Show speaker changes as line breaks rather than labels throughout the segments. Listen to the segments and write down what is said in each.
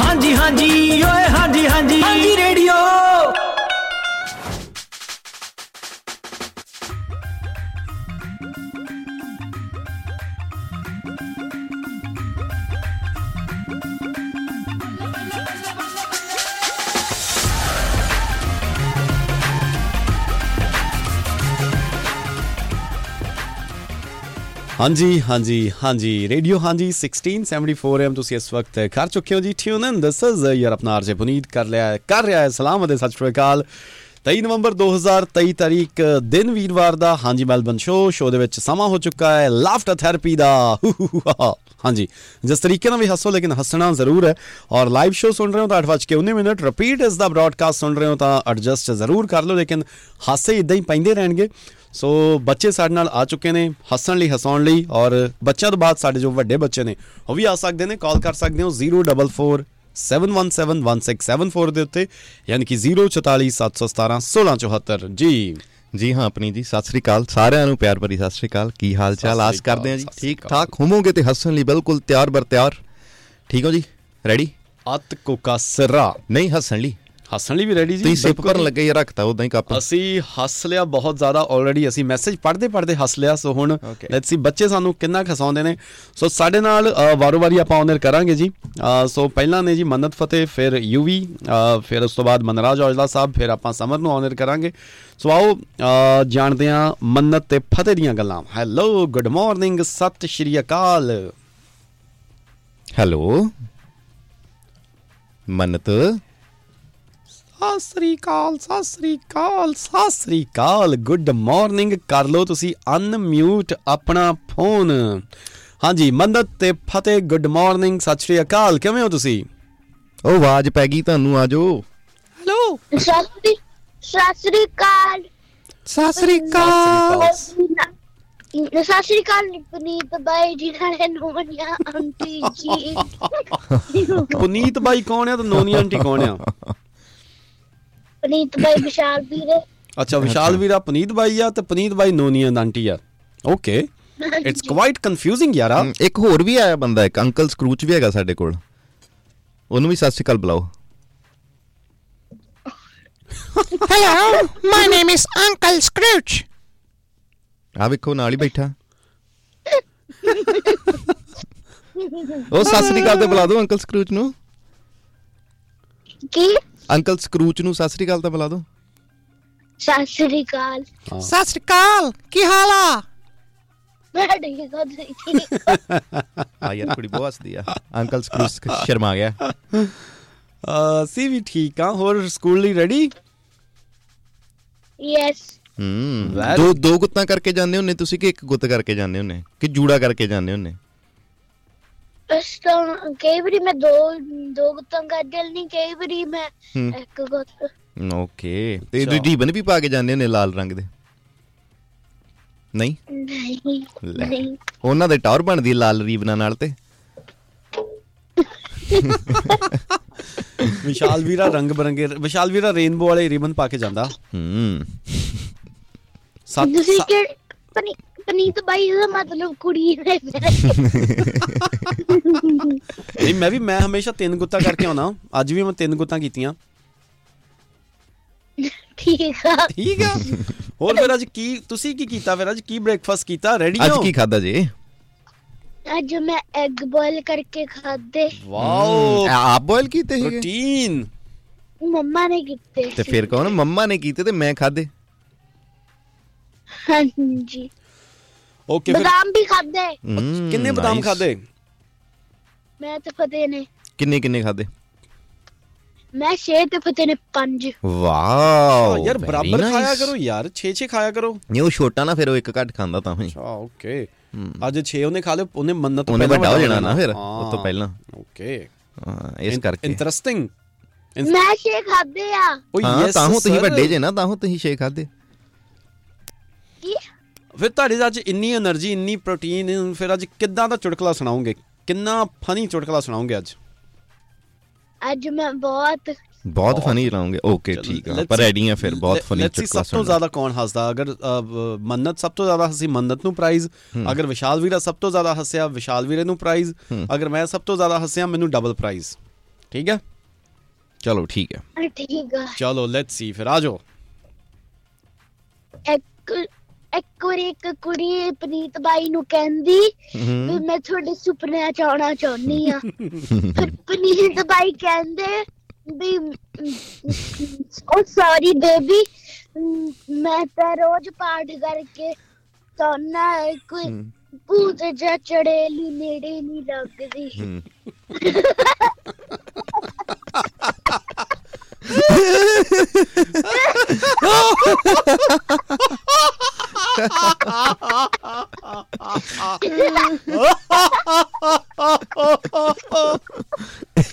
ਹਾਂਜੀ ਹਾਂਜੀ ਓਏ ਹਾਂਜੀ ਹਾਂਜੀ ਹਾਂਜੀ ਰੇਡੀਓ
ਹਾਂਜੀ ਹਾਂਜੀ ਹਾਂਜੀ ਰੇਡੀਓ ਹਾਂਜੀ 1674 ਐਮ ਤੁਸੀਂ ਇਸ ਵਕਤ ਕਰ ਚੁੱਕੇ ਹੋ ਜੀ ਟਿਊਨ ਇਨ ਦਿਸ ਇਜ਼ ਯਾਰ ਆਪਣਾ ਆਰਜੇ ਪੁਨੀਤ ਕਰ ਲਿਆ ਹੈ- ਕਰ ਰਿਹਾ ਹੈ ਸਲਾਮ ਅਤੇ ਸਤਿ ਸ਼੍ਰੀ ਅਕਾਲ 23 ਨਵੰਬਰ 2023 ਤਾਰੀਖ ਦਿਨ ਵੀਰਵਾਰ ਦਾ ਹਾਂਜੀ ਮੈਲਬਨ ਸ਼ੋ ਸ਼ੋ ਦੇ ਵਿੱਚ ਸਮਾਂ ਹੋ ਚੁੱਕਾ ਹੈ ਲਾਫਟਰ ਥੈਰੇਪੀ ਦਾ ਹਾਂਜੀ ਜਿਸ ਤਰੀਕੇ ਨਾਲ ਵੀ ਹੱਸੋ ਲੇਕਿਨ ਹੱਸਣਾ ਜ਼ਰੂਰ ਹੈ ਔਰ ਲਾਈਵ ਸ਼ੋ ਸੁਣ ਰਹੇ ਹੋ ਤਾਂ 8:19 ਮਿੰਟ ਰਿਪੀਟ ਇਸ ਦਾ ਬ੍ਰਾਡਕਾਸਟ ਸੁਣ ਰਹੇ ਹੋ ਤਾਂ ਐਡਜਸਟ ਜ਼ਰੂਰ ਕਰ ਲਓ ਲੇਕਿਨ ਹਾਸੇ ਇਦਾਂ ਹੀ ਪੈਂਦੇ ਰਹਿਣਗੇ ਸੋ ਬੱਚੇ ਸਾਡੇ ਨਾਲ ਆ ਚੁੱਕੇ ਨੇ ਹੱਸਣ ਲਈ ਹਸਾਉਣ ਲਈ ਔਰ ਬੱਚਿਆਂ ਤੋਂ ਬਾਅਦ ਸਾਡੇ ਜੋ ਵੱਡੇ ਬੱਚੇ ਨੇ ਉਹ ਵੀ ਆ ਸਕਦੇ ਨੇ ਕਾਲ ਕਰ ਸਕਦੇ ਹੋ 044 7171674 ਦੇ ਉੱਤੇ ਯਾਨੀ ਕਿ 0447171674 ਜੀ
ਜੀ ਹਾਂ ਆਪਣੀ ਜੀ ਸਤਿ ਸ੍ਰੀ ਅਕਾਲ ਸਾਰਿਆਂ ਨੂੰ ਪਿਆਰ ਭਰੀ ਸਤਿ ਸ੍ਰੀ ਅਕਾਲ ਕੀ ਹਾਲ
ਸਤਿ
ਚਾਲ
ਸ੍ਰੀ
ਆਸ ਕਰਦੇ ਹਾਂ ਜੀ
ਅਕਾਲ, ਸਤਿ ਸ੍ਰੀ
ਠੀਕ ਠਾਕ ਹੋਵੋਗੇ ਤੇ ਹੱਸਣ ਲਈ ਬਿਲਕੁਲ ਤਿਆਰ ਬਰ ਤਿਆਰ ਠੀਕ ਹੋ ਜੀ ਰੈਡੀ
ਅਤ ਕੋਕਾਸਰਾ
ਨਹੀਂ ਹੱਸਣ ਲਈ
ਹੱਸਣ ਲਈ ਵੀ ਰੈਡੀ ਜੀ
ਤੁਸੀਂ ਸਿਪ
ਬਿਲਕੁਲ।
ਭਰਨ ਲੱਗੇ ਜਾਂ ਰੱਖਤਾ ਉਦਾਂ ਹੀ ਕੱਪ
ਅਸੀਂ ਹੱਸ ਲਿਆ ਬਹੁਤ ਜ਼ਿਆਦਾ ਆਲਰੇਡੀ ਅਸੀਂ ਮੈਸੇਜ ਪੜ੍ਹਦੇ ਪੜ੍ਹਦੇ ਹੱਸ ਲਿਆ ਸੋ ਹੁਣ
Okay.
ਲੈਟਸ ਸੀ ਬੱਚੇ ਸਾਨੂੰ ਕਿੰਨਾ ਖਸਾਉਂਦੇ ਨੇ ਸੋ ਸਾਡੇ ਨਾਲ ਅ, ਵਾਰੋ-ਵਾਰੀ ਆਪਾਂ ਆਨਰ ਕਰਾਂਗੇ ਜੀ ਅ, ਸੋ ਪਹਿਲਾਂ ਨੇ ਜੀ ਮੰਨਤ ਫਤਿਹ ਫਿਰ ਯੂਵੀ ਅ, ਫਿਰ ਉਸ ਤੋਂ ਬਾਅਦ ਮਨਰਾਜ ਔਜਲਾ ਸਾਹਿਬ ਫਿਰ ਆਪਾਂ ਸਮਰ ਨੂੰ ਆਨਰ ਕਰਾਂਗੇ ਸੋ ਆਓ ਅ, ਜਾਣਦੇ ਹਾਂ ਮੰਨਤ ਤੇ ਫਤਿਹ ਦੀਆਂ ਗੱਲਾਂ ਹੈਲੋ ਗੁੱਡ ਮਾਰਨਿੰਗ ਸਤਿ ਸ਼੍ਰੀ ਅਕਾਲ
ਹੈਲੋ ਮੰਨਤ
ਸਤਿ ਸ੍ਰੀ ਅਕਾਲ ਸਤਿ ਸ੍ਰੀ ਅਕਾਲ ਸਤਿ ਸ੍ਰੀ ਅਕਾਲ ਗੁੱਡ ਮਾਰਨਿੰਗ ਕਰ ਲਓ ਤੁਸੀਂ ਅਨਮਿਊਟ ਆਪਣਾ ਫੋਨ ਹਾਂਜੀ ਮੰਨਤ ਤੇ ਫਤਿਹ ਗੁੱਡ ਮਾਰਨਿੰਗ ਸਤਿ ਸ੍ਰੀ ਅਕਾਲ ਕਿਵੇਂ ਹੋ ਤੁਸੀਂ
ਉਹ ਆਵਾਜ਼ ਪੈ ਗਈ ਤੁਹਾਨੂੰ ਆਜੋ
ਹੈਲੋ
ਸਤਿ ਸ੍ਰੀ- ਸਤਿ ਸ੍ਰੀ ਅਕਾਲ
ਸਤਿ ਸ੍ਰੀ ਅਕਾਲ
ਸਤਿ ਸ੍ਰੀ ਅਕਾਲ ਪੁਨੀਤ ਬਾਈ ਜੀ ਨਾਲੇ ਨੋਮਨੀਆ ਆਂਟੀ ਜੀ
ਪੁਨੀਤ ਬਾਈ ਕੌਣ ਆ ਤੇ ਨੋਨੀ ਆਂਟੀ ਕੌਣ ਆ
ਪੁਨੀਤ ਬਾਈ ਵਿਸ਼ਾਲ ਵੀਰੇ
ਅੱਛਾ ਵਿਸ਼ਾਲ ਵੀਰਾ ਪੁਨੀਤ ਬਾਈ ਆ ਤੇ ਪੁਨੀਤ ਬਾਈ ਨੋਨੀ ਆਂਟੀ ਆ ਓਕੇ ਇਟਸ ਕੁਆਇਟ ਕਨਫਿਊਜ਼ਿੰਗ ਯਾਰਾ
ਹਮ, ਇੱਕ ਹੋਰ ਵੀ ਆਇਆ ਬੰਦਾ ਇੱਕ ਅੰਕਲ ਸਕਰੂਚ ਵੀ ਹੈਗਾ ਸਾਡੇ ਕੋਲ ਉਹਨੂੰ ਵੀ ਸਤਿ ਸ੍ਰੀ ਅਕਾਲ ਬੁਲਾਓ
Hello, my name is Uncle Scrooge.
ਆ ਵੇਖੋ ਨਾਲ ਹੀ ਬੈਠਾ ਉਹ ਸਤਿ ਸ੍ਰੀ ਅਕਾਲ ਤੇ ਬੁਲਾ ਦਿਓ ਅੰਕਲ ਸਕਰੂਚ ਨੂੰ
ਕੀ
ਅੰਕਲ ਸਕਰੂਚ ਨੂੰ ਸਤਿ ਸ੍ਰੀ ਅਕਾਲ ਤਾਂ ਬੁਲਾ ਦਿਓ
ਸਤਿ ਸ੍ਰੀ ਅਕਾਲ
ਸਤਿ ਸ਼੍ਰੀ ਅਕਾਲ ਕੀ ਹਾਲ ਆ
ਮੈਂ ਠੀਕ ਹਾਂ ਤੁਸੀਂ ਠੀਕ ਹੋ?
ਆ ਯਾਰ ਕੁੜੀ ਬਹੁਤ ਹੱਸਦੀ ਆ ਅੰਕਲ ਸਕਰੂਚ ਸ਼ਰਮਾ ਗਿਆ
ਅਸੀਂ ਵੀ ਠੀਕ ਆ ਹੋਰ ਸਕੂਲ ਲਈ ਰੈਡੀ
ਯੈਸ
ਹੂੰ
Well-
ਦੋ ਦੋ ਗੁੱਤਾਂ ਕਰਕੇ ਜਾਂਦੇ ਹੁੰਨੇ ਤੁਸੀਂ ਕਿ ਇੱਕ ਗੁੱਤ ਕਰਕੇ ਜਾਂਦੇ ਹੁੰਨੇ ਕਿ ਜੂੜਾ ਕਰਕੇ ਜਾਂਦੇ ਹੁੰਨੇ
ਇਸ ਤੋਂ ਕਈ ਵਾਰੀ ਮੈਂ ਦੋ ਦੋ ਗੁੱਤਾਂ ਕਰ ਜਲਨੀ ਕਈ ਵਾਰੀ ਮੈਂ
ਹੂੰ।
ਇੱਕ ਗੁੱਤ
ਓਕੇ ਤੇ
ਅੱਛਾ।
ਰਿਬਨ ਵੀ ਪਾ ਕੇ ਜਾਂਦੇ ਹੁੰਨੇ ਲਾਲ ਰੰਗ ਦੇ ਨਹੀਂ
ਨਹੀਂ
ਲੈ।
ਨਹੀਂ
ਉਹਨਾਂ ਦੇ ਟੌਰ ਬਣਦੀ ਹੈ ਲਾਲ ਰੀਬਨਾਂ ਨਾਲ ਤੇ
ਵਿਸ਼ਾਲ ਵੀਰਾ ਰੰਗ ਬਰੰਗੇ ਵਿਸ਼ਾਲ ਵੀਰਾ ਰੇਨਬੋ ਵਾਲੇ ਰਿਬਨ ਪਾ ਕੇ ਜਾਂਦਾ
ਹੂੰ
ਸੱਤ
ਤੁਸੀਂ
ਸੱਤ-
ਕਿ ਪੁਨੀ- ਪੁਨੀਤ ਬਾਈ ਦਾ ਮਤਲਬ ਕੁੜੀ ਹੈ
ਨਹੀਂ ਮੈਂ ਵੀ ਮੈਂ ਹਮੇਸ਼ਾ ਤਿੰਨ ਗੁੱਤਾਂ ਕਰਕੇ ਆਉਣਾ ਅੱਜ ਵੀ ਮੈਂ ਤਿੰਨ ਗੁੱਤਾਂ ਕੀਤੀਆਂ
ਠੀਕ ਆ
ਠੀਕ ਆ ਹੋਰ ਫਿਰ ਅੱਜ ਕੀ ਤੁਸੀਂ ਕੀ ਕੀਤਾ ਫਿਰ ਅੱਜ ਕੀ ਬ੍ਰੇਕਫਾਸਟ ਕੀਤਾ ਰੈਡੀ
ਅੱਜ
ਹੋ
ਕੀ ਖਾਦਾ ਜੀ
ਅੱਜ ਮੈਂ ਐਗ ਬੋਇਲ ਕਰਕੇ ਖਾਦੇ
ਵਾਓ
ਆਪ ਬੋਇਲ ਕੀਤੇ ਸੀਗੇ
ਪ੍ਰੋਟੀਨ
ਮੰਮਾ ਨੇ ਕੀਤੇ
ਤੇ ਫਿਰ ਕੌਣ ਮੰਮਾ ਨੇ ਕੀਤੇ ਤੇ ਮੈਂ ਖਾਦੇ
ਹਾਂਜੀ
ਓਕੇ ਫਿਰ
ਬਦਾਮ ਵੀ ਖਾਦੇ
ਕਿੰਨੇ ਬਦਾਮ ਖਾਦੇ
Oh,
ਮੈਂ ਤੇ ਫਤਿਹ ਨੇ
ਕਿੰਨੇ ਕਿੰਨੇ ਖਾਦੇ
ਮੈਂ ਛੇ ਤੇ ਫਤਿਹ ਨੇ ਪੰਜ
ਵਾਓ
ਯਾਰ
very
ਬਰਾਬਰ
nice.
ਖਾਇਆ ਕਰੋ ਯਾਰ 6-6 ਖਾਇਆ ਕਰੋ
ਨਹੀਂ ਉਹ ਛੋਟਾ ਨਾ ਫਿਰ ਉਹ ਇੱਕ ਘੱਟ ਖਾਂਦਾ ਤਾਂ ਹੀ
ਅੱਛਾ ਓਕੇ ਅੱਜ 6 ਉਹਨੇ ਖਾ ਲਿਓ ਉਹਨੇ ਮੰਨਤ
ਉਹਨੇ
ਪਹਿਲਾਂ
ਵੱਡਾ ਹੋ ਜਾਣਾ ਨਾ ਫਿਰ
ਹਾਂ।
ਉਸ ਤੋਂ ਪਹਿਲਾਂ
ਓਕੇ
ਹਾਂ, ਇਸ ਕਰਕੇ
ਇੰਟਰਸਟਿੰਗ
ਮੈਂ ਛੇ ਖਾਦੇ ਆ
ਓ
ਹਾਂ
ਯੈਸ
ਤਾਂ ਹੋ ਤੁਸੀਂ ਵੱਡੇ ਜੇ ਨਾ ਤਾਂ ਹੋ ਤੁਸੀਂ ਛੇ ਖਾਦੇ
ਕੀ
ਫਿਰ ਤੁਹਾਡੇ 'ਚ ਅੱਜ ਇੰਨੀ એનર્ਜੀ ਇੰਨੀ ਪ੍ਰੋਟੀਨ ਫਿਰ ਅੱਜ ਕਿੱਦਾਂ ਦਾ ਚੁਟਕਲਾ ਸੁਣਾਉਂਗੇ ਕਿੰਨਾ ਫਨੀ ਚੁਟਕਲਾ ਸੁਣਾਉਂਗੇ ਅੱਜ
ਅੱਜ ਮੈਂ ਬਹੁਤ
ਬਹੁਤ ਫਨੀ ਲਾਉਂਗੇ ਓਕੇ ਠੀਕ ਆ
Let's
ਪਰ
see-
ਰੈਡੀ ਆ ਫਿਰ ਬਹੁਤ
let-
ਫਨੀ
let's see
ਚੁਟਕਲਾ
ਸਭ ਤੋਂ
ਸੁਣਨਾ
ਜ਼ਿਆਦਾ ਕੌਣ ਹੱਸਦਾ ਅਗਰ ਅ, ਬ- ਮੰਨਤ ਸਭ ਤੋਂ ਜ਼ਿਆਦਾ ਹੱਸੀ ਮੰਨਤ ਨੂੰ ਪ੍ਰਾਈਜ਼ ਅਗਰ ਵਿਸ਼ਾਲ ਵੀਰਾ ਸਭ ਤੋਂ ਜ਼ਿਆਦਾ ਹੱਸਿਆ ਵਿਸ਼ਾਲ ਵੀਰੇ ਨੂੰ ਪ੍ਰਾਈਜ਼ ਅਗਰ ਮੈਂ ਸਭ ਤੋਂ ਜ਼ਿਆਦਾ ਹੱਸਿਆ ਮੈਨੂੰ ਡਬਲ ਪ੍ਰਾਈਜ਼ ਠੀਕ ਹੈ
ਚਲੋ ਠੀਕ ਹੈ
ਠੀਕ ਆ
ਚਲੋ ਲੈਟਸ ਸੀ ਫਿਰ ਆਜੋ
ਇੱਕ ਇੱਕ ਵਾਰੀ ਇੱਕ ਕੁੜੀ ਪ੍ਰੀਤ ਬਾਈ ਨੂੰ ਕਹਿੰਦੀ ਵੀ ਮੈਂ ਤੁਹਾਡੇ ਸੁਪਨਿਆਂ ਚ ਆਉਣਾ ਚਾਹੁੰਦੀ ਆ ਫਿਰ ਪ੍ਰੀਤ ਬਾਈ ਕਹਿੰਦੇ ਵੀ ਉਹ ਸੌਰੀ ਬੇਬੀ ਮੈਂ ਤਾਂ ਰੋਜ਼ ਪਾਠ ਕਰਕੇ ਸੌਣਾ ਕੋਈ ਭੂਤ ਜਾਂ ਚੜੇਲੀ ਨੇੜੇ ਨਹੀਂ ਲੱਗਦੀ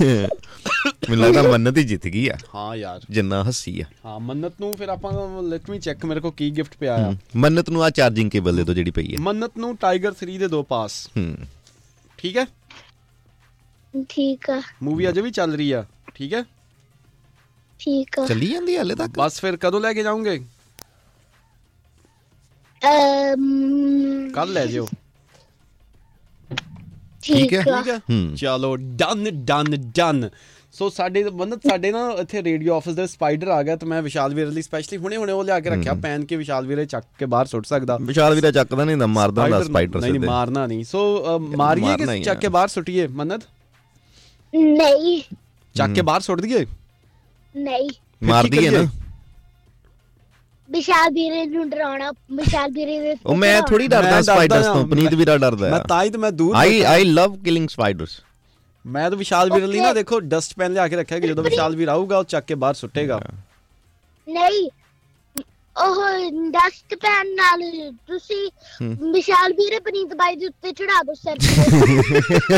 ਮੈਨੂੰ ਲੱਗਦਾ ਮੰਨਤ ਹੀ ਜਿੱਤ ਗਈ ਆ
ਹਾਂ ਯਾਰ
ਜਿੰਨਾ ਹੱਸੀ ਆ
ਹਾਂ ਮੰਨਤ ਨੂੰ ਫਿਰ ਆਪਾਂ ਲੈਟ ਮੀ ਚੈੱਕ ਮੇਰੇ ਕੋ ਕੀ ਗਿਫਟ ਪਿਆ ਆ
ਹਮ, ਮੰਨਤ ਨੂੰ ਆ ਚਾਰਜਿੰਗ ਕੇਬਲ ਦੇ ਦੋ ਜਿਹੜੀ ਪਈ ਹੈ
ਮੰਨਤ ਨੂੰ ਟਾਈਗਰ 3 ਦੇ ਦੋ ਪਾਸ
ਹਮ,
ਠੀਕ ਹੈ
ਠੀਕ ਆ
ਮੂਵੀ ਅਜੇ ਵੀ ਚੱਲ ਰਹੀ ਆ ਠੀਕ ਹੈ
ਠੀਕ ਆ
ਚੱਲੀ ਜਾਂਦੀ ਹੈ ਹਲੇ ਤੱਕ
ਬਸ ਫਿਰ ਕਦੋਂ ਲੈ ਕੇ ਜਾਓਗੇ
ਅਮ,
ਕੱਲ ਲੈ ਜਿਓ
ਠੀਕ
ਠੀਕ
ਹੈ,
ਆ
ਠੀਕ ਹੈ
ਹੂੰ।
ਚਲੋ ਡਨ ਡਨ ਡਨ ਸੋ ਸਾਡੇ ਮੰਨਤ ਸਾਡੇ ਨਾ ਇੱਥੇ ਰੇਡੀਓ ਆਫਿਸ ਦੇ ਸਪਾਈਡਰ ਆ ਗਿਆ ਤੇ ਮੈਂ ਵਿਸ਼ਾਲ ਵੀਰ ਲਈ ਸਪੈਸ਼ਲੀ ਹੁਣੇ ਹੁਣੇ ਉਹ ਲਿਆ ਕੇ ਰੱਖਿਆ ਪੈਨ ਕੇ ਵਿਸ਼ਾਲ ਵੀਰੇ ਚੱਕ ਕੇ ਬਾਹਰ ਸੁੱਟ ਸਕਦਾ
ਵਿਸ਼ਾਲ ਵੀਰਾ ਚੱਕਦਾ ਨਹੀਂ ਹੁੰਦਾ ਮਾਰਦਾ ਹੁੰਦਾ
Spider-
ਸਪਾਈਡਰ
ਨਹੀਂ
ਸਿੱਧੇ
ਨਹੀਂ, ਮਾਰਨਾ ਨਹੀਂ ਸੋ ਅ, ਮਾਰੀਏ
ਮਾਰਨਾ ਹੀ
ਕਿ ਚੱਕ
ਆ।
ਕੇ ਬਾਹਰ ਸੁੱਟੀਏ ਮੰਨਤ
ਨਹੀਂ
ਚੱਕ ਕੇ ਬਾਹਰ ਸੁੱਟ ਦਈਏ
ਨਹੀਂ
ਮਾਰਦੀ ਹੈ ਨਾ
ਵਿਸ਼ਾਲ ਵੀਰੇ ਨੂੰ ਡਰਾਉਣਾ ਵਿਸ਼ਾਲ ਵੀਰੇ ਦੇ
ਉਹ ਮੈਂ ਥੋੜੀ ਡਰਦਾ
ਮੈਂ ਡਰਦਾ
ਸਪਾਈਡਰਸ
ਆ,
ਤੋਂ ਪਨੀਤ
ਮੈਂ-
ਵੀਰਾ ਡਰਦਾ
ਮੈਂ
ਆ
ਤਾਂ ਹੀ ਤਾਂ ਮੈਂ ਦੂਰ
ਆਈ ਆਈ ਲਵ ਕਿਲਿੰਗ ਸਪਾਈਡਰਸ
ਮੈਂ ਤਾਂ ਵਿਸ਼ਾਲ ਵੀਰ ਲਈ ਨਾ
Okay.
ਦੇਖੋ ਡਸਟ ਪੈਨ ਲਿਆ ਕੇ ਰੱਖਿਆ ਕਿ ਜਦੋਂ ਵਿਸ਼ਾਲ ਵੀਰ ਆਊਗਾ ਉਹ ਚੱਕ ਕੇ ਬਾਹਰ ਸੁੱਟੇਗਾ
ਨਹੀਂ ਉਹ ਡਸਟ ਪੈਨ ਨਾਲ ਤੁਸੀਂ ਵਿਸ਼ਾਲ ਵੀਰੇ ਪਨੀਤ ਬਾਈ ਦੇ ਉੱਤੇ ਚੜਾ ਦੋ sir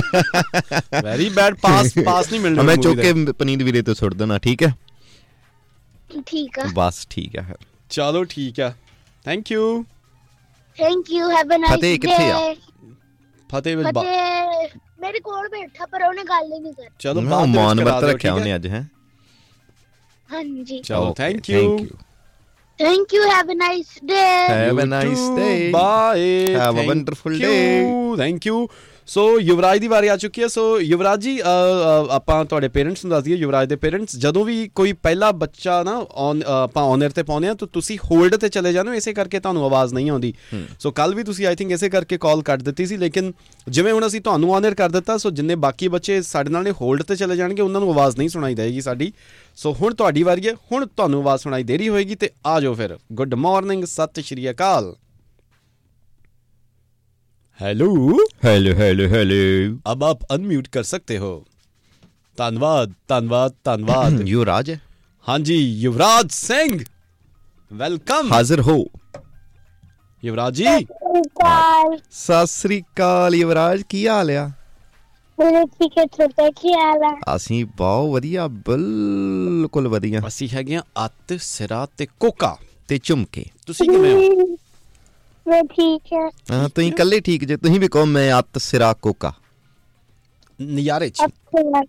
very bad pass pass ਨਹੀਂ ਮਿਲਣਾ
ਮੈਂ
movie
ਚੁੱਕ
ਦੇ।
ਕੇ ਪਨੀਤ ਵੀਰੇ ਤੋਂ ਸੁੱਟ ਦੇਣਾ ਠੀਕ ਹੈ
ਠੀਕ ਆ
ਬਸ ਠੀਕ ਹੈ ਫਿਰ
ਚਲੋ ਠੀਕ ਆ thank you
thank you have a nice
Fateh
day
ਕਿੱਥੇ ਆ?
ਫਤਿਹ ਵਿੱਚ ਬਾ-
ਫਤਿਹ ਮੇਰੇ ਕੋਲ ਬੈਠਾ ਪਰ ਉਹਨੇ ਗੱਲ ਹੀ ਨਹੀਂ ਕਰ
ਚਲੋ
ਮੈਂ
ਬਾਅਦ ਦੇ ਵਿੱਚ
ਮਾਨ
ਕਰਾ
ਵਰਤ
ਦਿਓ,
ਰੱਖਿਆ
ਠੀਕ ਹੈ?
ਉਹਨੇ ਅੱਜ ਹੈ
ਹਾਂਜੀ
ਚਲੋ thank you
thank you have a nice day
Have a nice day.
Bye.
Have a
Thank
wonderful
you.
day.
Thank you. So Yuvraj ਦੀ ਵਾਰੀ ਆ ਚੁੱਕੀ ਹੈ ਸੋ ਯੁਵਰਾਜ ਜੀ ਅ, ਅ, ਆਪਾਂ ਤੁਹਾਡੇ ਪੇਰੈਂਟਸ ਨੂੰ ਦੱਸ ਦਈਏ ਯੁਵਰਾਜ ਦੇ ਪੇਰੈਂਟਸ ਜਦੋਂ ਵੀ ਕੋਈ ਪਹਿਲਾ ਬੱਚਾ ਨਾ on- ਅ, ਆਪਾਂ ਔਨਰ ਤੇ ਪਾਉਂਦੇ ਆ ਤਾਂ ਤੁਸੀਂ ਹੋਲਡ ਤੇ ਚਲੇ ਜਾਂਦੇ ਹੋ ਇਸੇ ਕਰਕੇ ਤੁਹਾਨੂੰ ਆਵਾਜ਼ ਨਹੀਂ ਆਉਂਦੀ ਸੋ ਕੱਲ ਵੀ ਤੁਸੀਂ ਆਈ ਥਿੰਕ ਇਸੇ ਕਰਕੇ ਕਾਲ ਕੱਟ ਦਿੱਤੀ ਸੀ ਲੇਕਿਨ ਜਿਵੇਂ ਹੁਣ ਅਸੀਂ ਤੁਹਾਨੂੰ ਔਨਰ ਕਰ ਦਿੱਤਾ ਸੋ ਜਿੰਨੇ ਬਾਕੀ ਬੱਚੇ ਸਾਡੇ ਨਾਲ ਨੇ ਹੋਲਡ ਤੇ ਚਲੇ ਜਾਣਗੇ ਉਹਨਾਂ ਨੂੰ ਆਵਾਜ਼ ਨਹੀਂ ਸੁਣਾਈ ਦੇਗੀ ਸਾਡੀ ਸੋ ਹੁਣ ਤੁਹਾਡੀ ਵਾਰੀ ਹੈ ਹੁਣ ਤੁਹਾਨੂੰ ਆਵਾਜ਼ ਸੁਣਾਈ ਦੇ ਰਹੀ ਹੋਏਗੀ ਤੇ ਆ ਜਾਓ ਫਿਰ ਗੁੱਡ ਮਾਰਨਿੰਗ ਸਤਿ ਸ਼੍ਰੀ ਅਕਾਲ ਹੈਲੋ
ਹੈਲੋ ਹੈਲੋ ਹੈਲੋ
अब आप अनम्यूट कर सकते हो ਧੰਨਵਾਦ ਧੰਨਵਾਦ ਧੰਨਵਾਦ
ਯੂ ਰਾਜ
ਹਾਂਜੀ ਯੁਵਰਾਜ ਸਿੰਘ ਵੈਲਕਮ
ਹਾਜ਼ਰ ਹੋ
ਯੁਵਰਾਜ ਜੀ
ਕਾਲ
ਸਤਿ ਸ੍ਰੀ ਅਕਾਲ ਯੁਵਰਾਜ ਕੀ ਹਾਲ ਆ
ਮੇਰੇ ਠੀਕ ਹੈ ਤੁਹਾਡਾ ਕੀ ਹਾਲ ਆ
ਅਸੀਂ ਬਹੁਤ ਵਧੀਆ ਬਿਲਕੁਲ ਵਧੀਆ
ਅਸੀਂ ਹੈਗੇ ਆ ਅੱਤ ਸਿਰਾ ਤੇ ਕੋਕਾ
ਤੇ ਝੁਮਕੇ
ਤੁਸੀਂ ਕਿਵੇਂ ਹੋ
ਮੈਂ ਠੀਕ ਹੈ
ਹਾਂ ਤੁਸੀਂ ਇਕੱਲੇ ਠੀਕ ਜੇ ਤੁਸੀਂ ਵੀ ਕਹੋ ਮੈਂ ਅੱਤ ਸਿਰਾ ਕੋਕਾ
ਨਜ਼ਾਰੇ ਚ
ਅੱਛਾ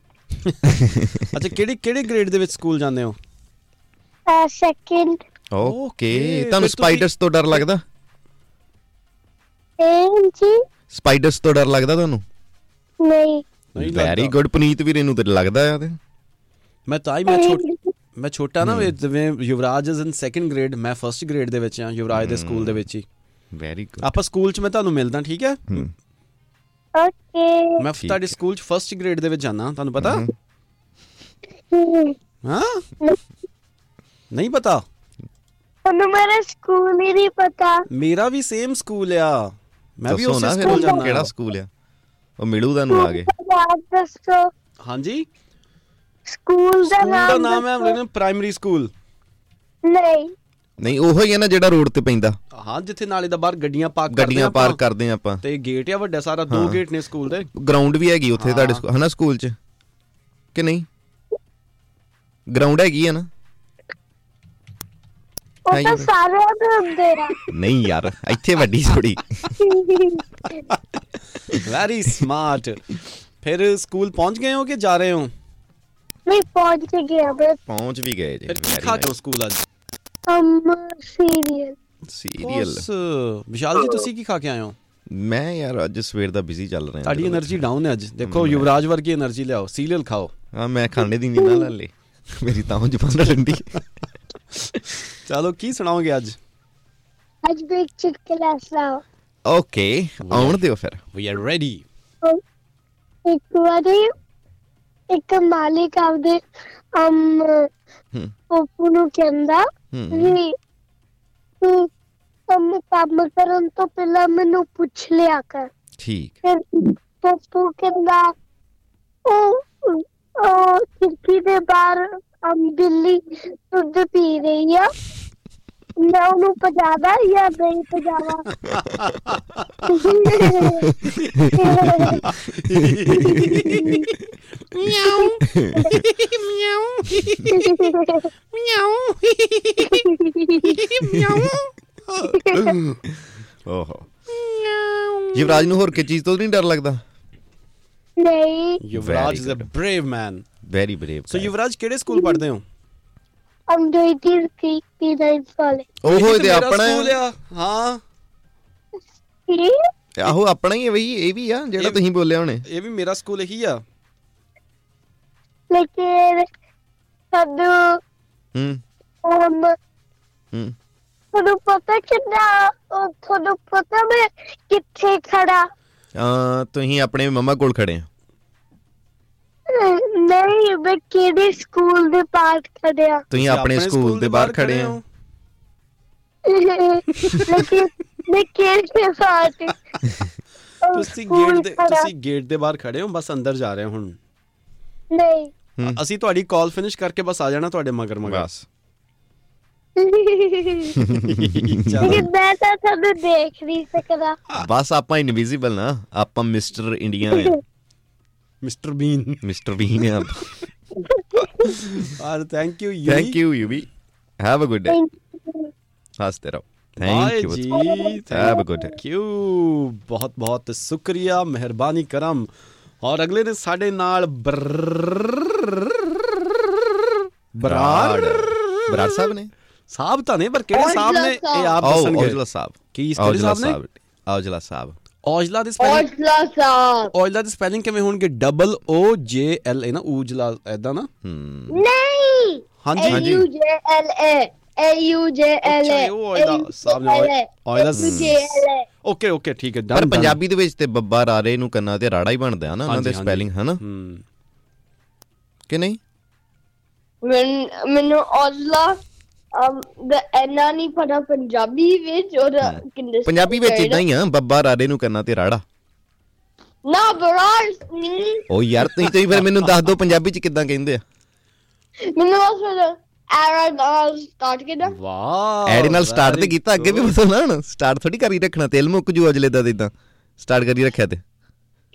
ਅੱਛਾ ਕਿਹੜੇ ਕਿਹੜੇ ਗ੍ਰੇਡ ਦੇ ਵਿੱਚ ਸਕੂਲ ਜਾਂਦੇ ਹੋ
ਸੈਕਿੰਡ
ਓਕੇ
ਫਿਰ
ਤੁਹਾਨੂੰ
ਤੁਸੀਂ-
ਸਪਾਈਡਰਸ ਤੋਂ ਡਰ ਲੱਗਦਾ
ਏਮ ਜੀ
ਸਪਾਈਡਰਸ ਤੋਂ ਡਰ ਲੱਗਦਾ ਤੁਹਾਨੂੰ
ਨਹੀਂ
ਨਹੀਂ ਲੱਗਦਾ।
ਵੈਰੀ ਗੁੱਡ ਪੁਨੀਤ ਵੀਰੇ ਨੂੰ ਤੇ ਲੱਗਦਾ ਆ ਤੇ
ਮੈਂ ਤਾਂ ਹੀ ਮੈਂ ਛੋਟਾ ਮੈਂ ਛੋਟਾ ਨਾ ਇਹ ਜਿਵੇਂ Yuvraj is in second grade ਮੈਂ ਫਰਸਟ ਗ੍ਰੇਡ ਦੇ ਵਿੱਚ ਆ ਯੁਵਰਾਜ ਦੇ ਸਕੂਲ ਦੇ ਵਿੱਚ ਹੀ
ਵੈਰੀ ਗੁੱਡ
ਆਪਾਂ ਸਕੂਲ ਚ ਮੈਂ ਤੁਹਾਨੂੰ ਮਿਲਦਾ ਠੀਕ ਹੈ
ਓਕੇ
ਮੈਂ
ਠੀਕ
ਤੁਹਾਡੇ
ਹੈ।
ਸਕੂਲ ਚ ਫਰਸਟ ਗ੍ਰੇਡ ਦੇ ਵਿੱਚ ਜਾਣਾ ਤੁਹਾਨੂੰ ਪਤਾ ਹਾਂ ਨਹੀਂ ਪਤਾ
ਤੁਹਾਨੂੰ ਮੇਰਾ ਸਕੂਲ ਹੀ ਨਹੀਂ ਪਤਾ
ਮੇਰਾ ਵੀ ਸੇਮ ਸਕੂਲ ਆ ਮੈਂ ਵੀ
ਦੱਸੋ
ਉਸੇ
ਨਾ ਫਿਰ
ਸਕੂਲ
ਤੁਹਾਨੂੰ
ਜਾਣਾ
ਕਿਹੜਾ ਸਕੂਲ ਆ ਉਹ ਮਿਲੂ ਤੁਹਾਨੂੰ ਆ ਗਏ
ਨਾਮ ਦੱਸੋ
ਹਾਂਜੀ
ਸਕੂਲ ਦਾ
ਸਕੂਲ ਦਾ
ਨਾਮ
ਨਾਮ ਹੈ
ਦੱਸੋ।
ਮੈਨੂੰ ਪ੍ਰਾਇਮਰੀ ਸਕੂਲ
ਨਹੀਂ
ਨਹੀਂ ਉਹੋ ਹੀ ਹੈ ਨਾ ਜਿਹੜਾ ਰੋਡ ਤੇ ਪੈਂਦਾ
ਹਾਂ ਜਿੱਥੇ ਨਾਲੇ ਦਾ ਬਾਹਰ ਗੱਡੀਆਂ ਪਾਰਕ ਕਰਦੇ
ਗੱਡੀਆਂ
ਆਪਾਂ।
ਪਾਰ ਕਰਦੇ ਆ ਆਪਾਂ
ਤੇ ਗੇਟ ਆ ਵੱਡਾ ਸਾਰਾ ਦੋ
ਹਾਂ।
ਗੇਟ ਨੇ ਸਕੂਲ ਦੇ
ਗਰਾਊਂਡ ਵੀ ਹੈਗੀ ਉੱਥੇ ਤੁਹਾਡੇ ਸਕੂ- ਹਨਾ ਸਕੂਲ 'ਚ ਕਿ ਨਹੀਂ ਗਰਾਊਂਡ ਹੈਗੀ ਆ ਨਾ
ਉਹ
ਨਹੀਂ
ਤਾਂ
ਬਈ।
ਸਾਰਿਆਂ ਦੇ ਹੁੰਦੇ ਆ
ਨਹੀਂ ਯਾਰ ਇੱਥੇ ਵੱਡੀ ਥੋੜੀ
ਵੈਰੀ ਸਮਾਰਟ ਫਿਰ ਸਕੂਲ ਪਹੁੰਚ ਗਏ ਹੋ ਕਿ ਜਾ ਰਹੇ ਹੋ
ਨਹੀਂ ਪਹੁੰਚ ਕੇ ਗਿਆ ਬਸ
ਪਹੁੰਚ ਵੀ ਗਏ ਜੇ
ਫਿਰ ਕੀ ਖਾ ਕੇ ਆਓ ਸਕੂਲ ਅੱਜ
ਅਮ ਸੀਰੀਅਲ
ਸੀਰੀਅਲ
ਉਸ, ਵਿਸ਼ਾਲ ਜੀ ਤੁਸੀਂ ਕੀ ਖਾ ਕੇ ਆਏ ਹੋ
ਮੈਂ ਯਾਰ ਅੱਜ ਸਵੇਰ ਦਾ ਬਿਜ਼ੀ ਚੱਲ ਰਿਹਾ
ਤੁਹਾਡੀ એનર્ਜੀ ਡਾਊਨ ਹੈ ਅੱਜ ਦੇਖੋ ਯੁਵਰਾਜ ਵਰਗੀ એનર્ਜੀ ਲਿਆਓ ਸੀਰੀਅਲ ਖਾਓ
ਹਾਂ ਮੈਂ ਖਾਣੇ ਦੀ ਨਹੀਂ ਨਾ ਲੈ ਲਈ ਮੇਰੀ ਤਾਂ ਜ਼ੁਬਾਨ ਠੰਡੀ
ਚਲੋ ਕੀ ਸੁਣਾਓਗੇ ਅੱਜ
ਅੱਜ ਬ੍ਰੇਕ ਚਿਟ ਕਲਾਸ ਲਾਓ
ਓਕੇ ਆਉਣ ਦਿਓ ਫਿਰ
ਵੀ ਆਰ ਰੈਡੀ
ਇੱਕ ਵਾਰੀ ਇੱਕ ਮਾਲਿਕ ਆਪਦੇ ਅਮ
ਹਮ।
ਪੋਪੂ ਨੂੰ ਕਹਿੰਦਾ
ਹਮ।
ਵੀ ਤੂੰ ਕੰਮ ਕੰਮ ਕਰਨ ਤੋਂ ਪਹਿਲਾਂ ਮੈਨੂੰ ਪੁੱਛ ਲਿਆ ਕਰ
ਠੀਕ
ਫਿਰ ਪੋਪੂ ਕਹਿੰਦਾ ਉਹ ਉਹ ਖਿੜਕੀ ਦੇ ਬਾਹਰ ਅਮ ਬਿੱਲੀ ਦੁੱਧ ਪੀ ਰਹੀ ਆ ਮੈਂ ਉਹਨੂੰ ਪਜਾਦਾ ਜਾਂ ਨਹੀਂ ਪਜਾਵਾ
Miau. Miau. Miau. Miau.
ਓਹੋ
Miau.
ਯੁਵਰਾਜ ਨੂੰ ਹੋਰ ਕਿ ਚੀਜ਼ ਤੋਂ ਨਹੀਂ ਡਰ ਲੱਗਦਾ
ਨਹੀਂ
Yuvraj is a
good.
Brave man
very brave
so Yuvraj ਕਿਹੜੇ ਸਕੂਲ ਪੜ੍ਹਦੇ ਹੋ
ਅਮ ਜੋਇਤੀ ਕ੍ਰੀਕ ਦੀ ਨਾਈਨ ਕਾਲਜ
ਓਹੋ
ਇਹ
ਇਹ
ਤਾਂ
ਤੇ
ਮੇਰਾ
ਆਪਣਾ
ਸਕੂਲ
ਹੈ।
ਆ ਹਾਂ
ਕੀ
ਆਹੋ ਆਪਣਾ ਹੀ ਹੈ ਬਈ ਇਹ ਵੀ ਆ ਜਿਹੜਾ
ਇਹ-
ਤੁਸੀਂ ਬੋਲਿਆ ਹੁਣੇ
ਇਹ ਵੀ ਮੇਰਾ ਸਕੂਲ ਇਹੀ ਆ
ਲੇਕਿਨ ਸਾਨੂੰ
ਹੂੰ
ਅਮ
ਹੂੰ
ਤੁਹਾਨੂੰ ਪਤਾ ਕਿੰਨਾ ਉਹ ਤੁਹਾਨੂੰ ਪਤਾ ਮੈਂ ਕਿੱਥੇ ਖੜਾ
ਆ ਤੁਸੀਂ ਆਪਣੇ ਮਮਾ ਕੋਲ ਖੜੇ ਆ
ਨਹੀਂ ਮੈਂ ਕਿਹੜੇ ਸਕੂਲ ਦੇ ਪਾਠ ਖੜਿਆ
ਤੁਸੀਂ ਆਪਣੇ ਸਕੂਲ ਦੇ ਬਾਹਰ ਖੜੇ ਆ
ਹੋ।
ਲੇਕਿਨ ਮੈਂ ਕਿਹੜੇ ਪਾਠ
ਤੁਸੀਂ ਗੇਟ ਦੇ ਤੁਸੀਂ ਗੇਟ ਦੇ ਬਾਹਰ ਖੜੇ ਹੋ ਬਸ ਅੰਦਰ ਜਾ ਰਹੇ ਹੋ ਹੁਣ
ਨਹੀਂ
ਹੂੰ।
ਅਸੀਂ ਤੁਹਾਡੀ ਕਾਲ ਫਿਨਿਸ਼ ਕਰਕੇ ਬਸ ਆ ਜਾਣਾ ਤੁਹਾਡੇ ਮਗਰ ਮਗਰ
ਬਸ
ਲੇਕਿਨ
ਚਲੋ
ਮੈਂ ਤਾਂ ਤੁਹਾਨੂੰ ਦੇਖ ਨਹੀਂ ਸਕਦਾ
ਬਸ ਆਪਾਂ ਇਨਵਿਜ਼ੀਬਲ ਨਾ ਆਪਾਂ ਮਿਸਟਰ ਇੰਡੀਆ ਨੇ
ਮਿਸਟਰ ਬੀਨ
ਮਿਸਟਰ ਬੀਨ ਆ
R thank you
thank you Yuvi have a good day ਹੱਸਦੇ ਰਹੋ ਥੈਂਕ
ਜੀ
you Have a good day.
Thank you ਬਹੁਤ ਬਹੁਤ ਸ਼ੁਕਰੀਆ ਮਿਹਰਬਾਨੀ ਕਰਮ ਔਰ ਅਗਲੇ ਨੇ ਸਾਡੇ ਨਾਲ ਬਰ- ਬਰਾੜ
ਬਰਾੜ ਸਾਹਿਬ ਨੇ
ਸਾਹਿਬ ਤਾਂ ਨਹੀਂ ਪਰ ਕਿਹੜੇ
ਔਜਲਾ
ਸਾਹਿਬ ਨੇ ਇਹ
ਸਾਹਿਬ।
ਆਪ
ਆਓ
ਦੱਸਣਗੇ
ਔਜਲਾ ਸਾਹਿਬ
ਕੀ ਕਿਹੜੇ
ਔਜਲਾ
ਸਾਹਿਬ ਨੇ
ਔਜਲਾ ਸਾਹਿਬ
ਔਜਲਾ ਦੀ ਸਪੈਲਿੰਗ
ਸਾਹਿਬ
ਔਜਲਾ ਦੀ ਸਪੈਲਿੰਗ ਕਿਵੇਂ ਹੋਣਗੇ double O J L A ਨਾ ਊਜਲਾ ਐਦਾਂ ਨਾ
ਹੂੰ
ਨਹੀਂ
ਹਾਂਜੀ,
A
ਹਾਂਜੀ।
U J L A A U J L
ਅੱਛਾ,
A
ਇਹ ਉਹ ਆਇਲਾ ਸਾਹਿਬ ਨੇ ਆਇ- ਆਇਲਾ ਸ- ਓਕੇ ਓਕੇ ਠੀਕ ਹੈ
ਪਰ
ਡਨ
ਪੰਜਾਬੀ ਦੇ ਵਿੱਚ ਤੇ ਬੱਬਾ ਰਾਰੇ ਨੂੰ ਕੰਨਾ ਤੇ ਰਾੜਾ ਹੀ ਬਣਦਾ ਹੈ ਨਾ ਉਹਨਾਂ ਦੇ
ਹਾਂਜੀ, ਹਾਂਜੀ।
ਸਪੈਲਿੰਗ ਹਨਾ
ਹੂੰ
ਕਿ ਨਹੀਂ
ਮੈਨੂੰ ਔਜਲਾ ਅਮ ਦਾ ਐਨਾ ਨਹੀਂ ਪਤਾ ਪੰਜਾਬੀ ਵਿੱਚ ਔਰ ਕਿੰਨੇ
ਪੰਜਾਬੀ ਵਿੱਚ ਇਦਾਂ ਹੀ ਆ ਬੱਬਾ ਰਾਰੇ ਨੂੰ ਕੰਨਾ ਤੇ ਰਾੜਾ
ਨਾ ਬਰਾੜ ਨਹੀਂ,
ਉਹ ਯਾਰ ਤੁਸੀਂ ਤੁਸੀਂ ਫਿਰ ਮੈਨੂੰ ਦੱਸ ਦਿਓ ਪੰਜਾਬੀ ਚ ਕਿੱਦਾਂ ਕਹਿੰਦੇ ਆ
ਮੈਨੂੰ ਬਸ ਐਰਾ ਨਾਲ ਸਟਾਰਟ ਕੀਤਾ
ਵਾਹ
ਐਡ ਨਾਲ ਸਟਾਰਟ ਤੇ
very
ਕੀਤਾ ਅੱਗੇ ਵੀ
Oh, good.
ਬੋਲਣਾ ਹੁਣ ਸਟਾਰਟ ਥੋੜੀ ਕਰੀ ਰੱਖਣਾ ਤੇਲ ਮੁੱਕ ਜੂ ਅਜਲੇ ਦਾ ਇਦਾਂ ਸਟਾਰਟ ਕਰੀ ਰੱਖਿਆ ਤੇ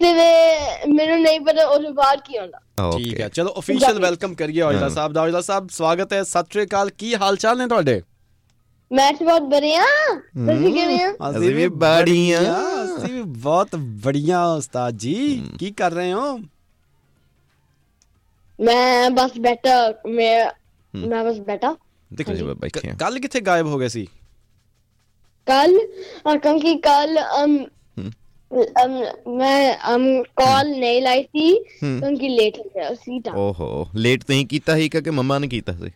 ਤੇ ਮੈਂ- ਮੈਨੂੰ ਨਹੀਂ ਪਤਾ ਉਹਦੇ ਬਾਅਦ ਕੀ ਹੁੰਦਾ
ਠੀਕ ਹੈ
ਓਕੇ
ਚਲੋ ਅਫੀਸ਼ੀਅਲ ਵੈਲਕਮ ਕਰੀਏ ਔਜਲਾ ਸਾਹਿਬ ਦਾ ਔਜਲਾ ਸਾਹਿਬ ਸਵਾਗਤ ਹੈ ਸਤਿ ਸ਼੍ਰੀ ਅਕਾਲ ਕੀ ਹਾਲ ਚਾਲ ਨੇ ਤੁਹਾਡੇ
ਮੈਂ ਤੇ ਬਹੁਤ ਬੜਿਆ ਤੁਸੀਂ ਕਿਵੇਂ ਹੋ
ਅਸੀਂ ਵੀ ਬੜੀਆਂ।
ਅਸੀਂ ਵੀ ਬਹੁਤ ਬੜੀਆਂ ਉਸਤਾਦ ਜੀ ਕੀ ਕਰ ਰਹੇ ਹੋ
ਮੈਂ ਬਸ ਬੈਠਾ ਮੈਂ ਮੈਂ ਬਸ ਬੈਠਾ
ਦੇਖੋ ਜੀ ਬਾਬਾ ਇੱਥੇ ਆ।
ਕੱਲ ਕਿੱਥੇ ਗਾਇਬ ਹੋ ਗਏ ਸੀ
ਕੱਲ ਅਹ, ਕਿਉਂਕਿ ਕੱਲ ਅਮ
ਹਮ।
ਅਮ ਮੈਂ ਅਮ ਕਾਲ ਨਹੀਂ ਲਾਈ ਸੀ
ਹਮ।
ਕਿਉਂਕਿ ਲੇਟ ਹੋ ਗਿਆ ਸੀ ਤਾਂ
ਓਹੋ ਲੇਟ ਤੁਸੀਂ ਕੀਤਾ ਸੀ ਕਿ ਕਿ ਮੰਮਾ ਨੇ ਕੀਤਾ ਸੀ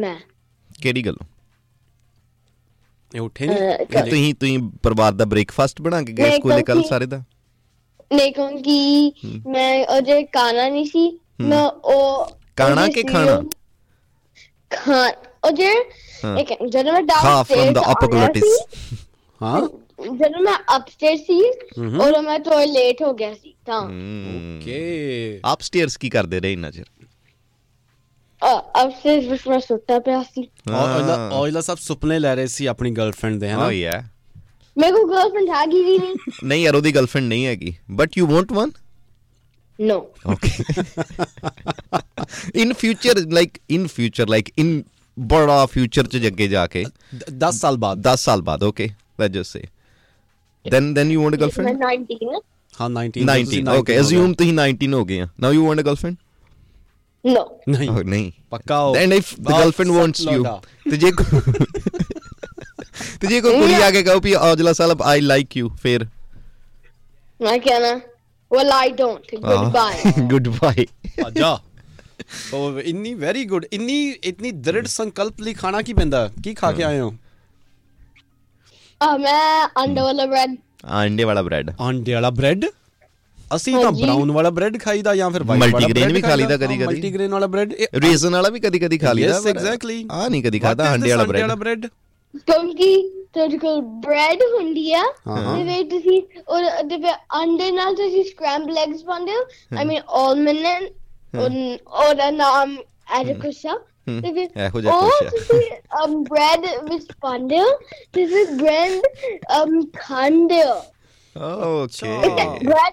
ਮੈਂ
ਕਿਹੜੀ ਗੱਲੋਂ
ਇਹ ਉੱਠੇ ਨਹੀਂ
ਅਹ,
ਕਿ ਤੁਸੀਂ ਤੁਸੀਂ ਪਰਿਵਾਰ ਦਾ ਬ੍ਰੇਕਫਾਸਟ ਬਣਾ ਕੇ ਗਏ
ਨਹੀਂ,
ਸਕੂਲੇ ਕੱਲ
ਕਿਉਂਕਿ-
ਸਾਰੇ ਦਾ
ਨਹੀਂ ਕਿਉਂਕਿ ਮੈਂ ਉਹਦੇ ਕਾਣਾ ਨਹੀਂ ਸੀ ਮੈਂ ਉਹ
ਕਾਣਾ
ਉਹਦੇ
ਕਿ
ਸੀ
ਖਾਣਾ?
ਉਹ- ਖਾਣ ਉਹਦੇ
ਹਾਂ।
ਇੱਕ ਜਦੋਂ ਮੈਂ ਡਾਊਨ
ਖਾ ਫਰਮ ਦਾ ਅਪਗਲੋਟਿਸ
ਹਾਂ
ਜਦੋਂ ਮੈਂ ਅਪਸਟੇਅਰ ਸੀ ਔਰ ਮੈਂ ਥੋੜਾ ਲੇਟ ਹੋ ਗਿਆ ਸੀ ਤਾਂ
हम्म।
ਓਕੇ
ਅਪਸਟੇਅਰਸ ਕੀ ਕਰਦੇ ਰਹੇ ਇੰਨਾ ਚਿਰ
ਅਪਸਟੇਅਰ ਵਿੱਚ ਮੈਂ ਸੁੱਤਾ ਪਿਆ ਸੀ
ਔਜਲਾ ਔਜਲਾ ਸਾਹਿਬ ਸੁਪਨੇ ਲੈ ਰਹੇ ਸੀ ਆਪਣੀ ਗਰਲਫ੍ਰੈਂਡ ਦੇ ਹੈ ਨਾ
ਓ ਯਾ
ਮੇਰੇ ਕੋਲ ਗਰਲਫ੍ਰੈਂਡ ਆ ਗਈ ਵੀ ਨਹੀਂ
Oh, ਨਹੀਂ ਯਾਰ ਉਹਦੀ ਗਰਲਫ੍ਰੈਂਡ ਨਹੀਂ ਹੈਗੀ but you want one
no
okay in future like in future like in ਬੜਾ ਫਿਊਚਰ ਚ ਅੱਗੇ ਜਾ ਕੇ
10 ਸਾਲ ਬਾਅਦ
10 ਸਾਲ ਬਾਅਦ okay let's just say then then you want a
ਮੈਂ
girlfriend
19
ਹਾਂ 19 ਤੁਸੀਂ
19 okay
ਹੋ
assume ਤੁਸੀਂ 19 ਹੋ ਗਏ ਆ now you want a girlfriend
ਨੋ
ਗਏ। ਨਹੀਂ
oh, ਨਹੀਂ
ਪੱਕਾ ਹੋ
and if the
ਬਹੁਤ
girlfriend wants
ਸਖਤ
you
ਲੋਟਾ।
ਤੇ ਜੇ ਕੋ- ਤੇ ਜੇ ਕੋਈ ਕੁੜੀ ਆ ਕੇ ਕਹੋ ਵੀ ਔਜਲਾ ਸਾਹਿਬ ਆਈ ਲਾਈਕ ਯੂ ਫੇਰ Ah.
ਮੈਂ ਕਹਿਣਾ well i don't goodbye
goodbye
ਆ ਜਾ ਉਹ ਇੰਨੀ ਵੈਰੀ ਗੁੱਡ ਇੰਨੀ ਇਤਨੀ ਦ੍ਰਿੜ ਸੰਕਲਪ ਲਈ ਖਾਣਾ ਕੀ ਪੈਂਦਾ ਕੀ ਖਾ
Hmm.
ਕੇ ਆਏ ਹੋ
ਆ
Um, uh,
ਮੈਂ ਅੰਡੇ ਵਾਲਾ ਬ੍ਰੈਡ
ਆਂਡੇ ਵਾਲਾ ਬ੍ਰੈਡ
ਆਂਡੇ ਵਾਲਾ ਬ੍ਰੈਡ ਅਸੀਂ ਤਾਂ
ਹਾਂਜੀ।
ਬ੍ਰਾਊਨ ਵਾਲਾ ਬ੍ਰੈਡ ਖਾਈਦਾ ਜਾਂ ਫਿਰ ਵਾਈਟ ਵਾਲਾ
Multigrain
bread
ਵੀ ਖਾ
ਖਾਈਦਾ।
ਲਈਦਾ ਕਦੀ-ਕਦੀ।
ਹਾਂ, multigrain ਵਾਲਾ ਬ੍ਰੈਡ
ਰੇਜ਼ਨ ਵਾਲਾ ਵੀ ਕਦੀ ਕਦੀ ਖਾ ਲਈਦਾ
ਯੈਸ ਐਗਜ਼ੈਕਟਲੀ
ਆ ਨਹੀਂ ਕਦੀ ਖਾਦਾ ਆਂਡੇ ਵਾਲਾ ਬ੍ਰੈਡ
ਬ੍ਰੈਡ
ਕਿਉਂਕਿ ਤੁਹਾਡੇ ਕੋਲ ਬ੍ਰੈਡ ਹੁੰਦੀ ਆ
ਹਾਂ।
ਤੇ ਵਿੱਚ ਤੁਸੀਂ ਔਰ
uh,
ਉਹਦੇ ਵਿੱਚ ਅੰਡੇ ਨਾਲ ਤੁਸੀਂ ਸਕ੍ਰੈਂਬਲ ਐਗਸ ਪਾਉਂਦੇ ਹੋ ਆਈ ਮੀਨ ਆਲਮੰਡ ਔਰ
um,
ਨਾਮ ਐਡਕੁਸ਼ਾ
ਹਮ,
ਤੇ ਫਿਰ
ਇਹੋ ਜਿਹਾ
ਉਹ
ਕੁਛ ਆ।
um,
ਤੁਸੀਂ ਬ੍ਰੈਡ ਵਿੱਚ ਪਾਉਂਦੇ ਹੋ ਤੇ ਫਿਰ ਬ੍ਰੈਡ
um,
ਅਮ ਖਾਂਦੇ ਹੋ
ਓਕੇ Oh.
ਬ੍ਰੈਡ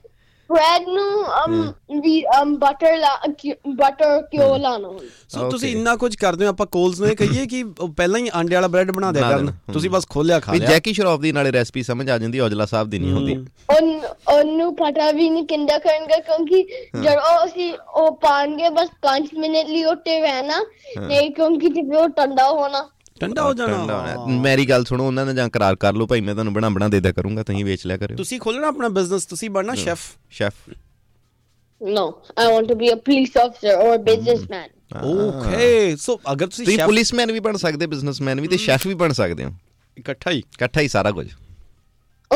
ਬ੍ਰੈਡ ਨੂੰ
um,
ਅਮ ਵੀ ਅਮ ਬਟਰ ਲਾ ਬਟਰ ਕਿਉਂ ਲਾਣਾ ਹੁੰਦਾ
ਸੋ ਤੁਸੀਂ
Okay.
ਇੰਨਾ ਕੁਝ ਕਰਦੇ ਹੋ ਆਪਾਂ ਕੋਲਸ ਨੂੰ ਇਹ ਕਹੀਏ ਕਿ ਉਹ ਪਹਿਲਾਂ ਹੀ ਆਂਡੇ ਵਾਲਾ ਬ੍ਰੈਡ ਬਣਾ ਦਿਆ
ਬਣਾ
ਕਰਨ
ਦੇਣਾ। ਹਮ।
ਤੁਸੀਂ ਬਸ ਖੋਲਿਆ ਖਾ
ਵੀ
ਲਿਆ
ਜੈਕੀ ਸ਼ਰੋਫ ਦੀ ਨਾਲੇ ਰੈਸਪੀ ਸਮਝ ਆ ਜਾਂਦੀ ਔਜਲਾ ਸਾਹਿਬ ਦੀ ਨਹੀਂ ਹੁੰਦੀ
ਉਹਨ ਉਹਨੂੰ ਪਤਾ ਵੀ ਨਹੀਂ ਕਿੰਦਾ ਕਰਨਗਾ ਕਿਉਂਕਿ ਜਦੋਂ ਅਸੀਂ ਉਹ ਪਾਣਗੇ ਬਸ 5 ਮਿੰਟ ਲਈ ਉੱਤੇ ਰਹਿਣਾ ਨਹੀਂ ਕਿਉਂਕਿ ਜੇ ਉਹ ਠੰਡਾ ਹੋਣਾ
ਠੰਡਾ ਹੋ
ਠੰਡਾ ਹੋਣਾ ਹੈ।
ਜਾਣਾ
ਮੇਰੀ ਗੱਲ ਸੁਣੋ ਉਹਨਾਂ ਨੇ ਜਾਂ ਕਰਾਰ ਕਰ ਲਓ ਭਾਈ ਮੈਂ ਤੁਹਾਨੂੰ ਬਣਾ ਬਣਾ ਦੇ ਦਿਆ ਕਰੂੰਗਾ ਤੁਸੀਂ ਵੇਚ ਲਿਆ ਕਰਿਓ
ਤੁਸੀਂ ਖੋਲਣਾ ਆਪਣਾ ਬਿਜ਼ਨਸ ਤੁਸੀਂ ਬਣਨਾ chef
chef
no I want to be a police ਅਫਸਰ or a businessman
okay so ਅਗਰ ਤੁਸੀਂ
ਤੁਸੀਂ
ਸ਼ੈਫ
ਪੁਲਿਸਮੈਨ ਵੀ ਬਣ ਸਕਦੇ ਬਿਜ਼ਨਸਮੈਨ ਵੀ ਤੇ ਸ਼ੈਫ ਵੀ ਬਣ ਸਕਦੇ ਹੋ
ਇਕੱਠਾ ਹੀ
ਇਕੱਠਾ ਹੀ ਸਾਰਾ ਕੁਝ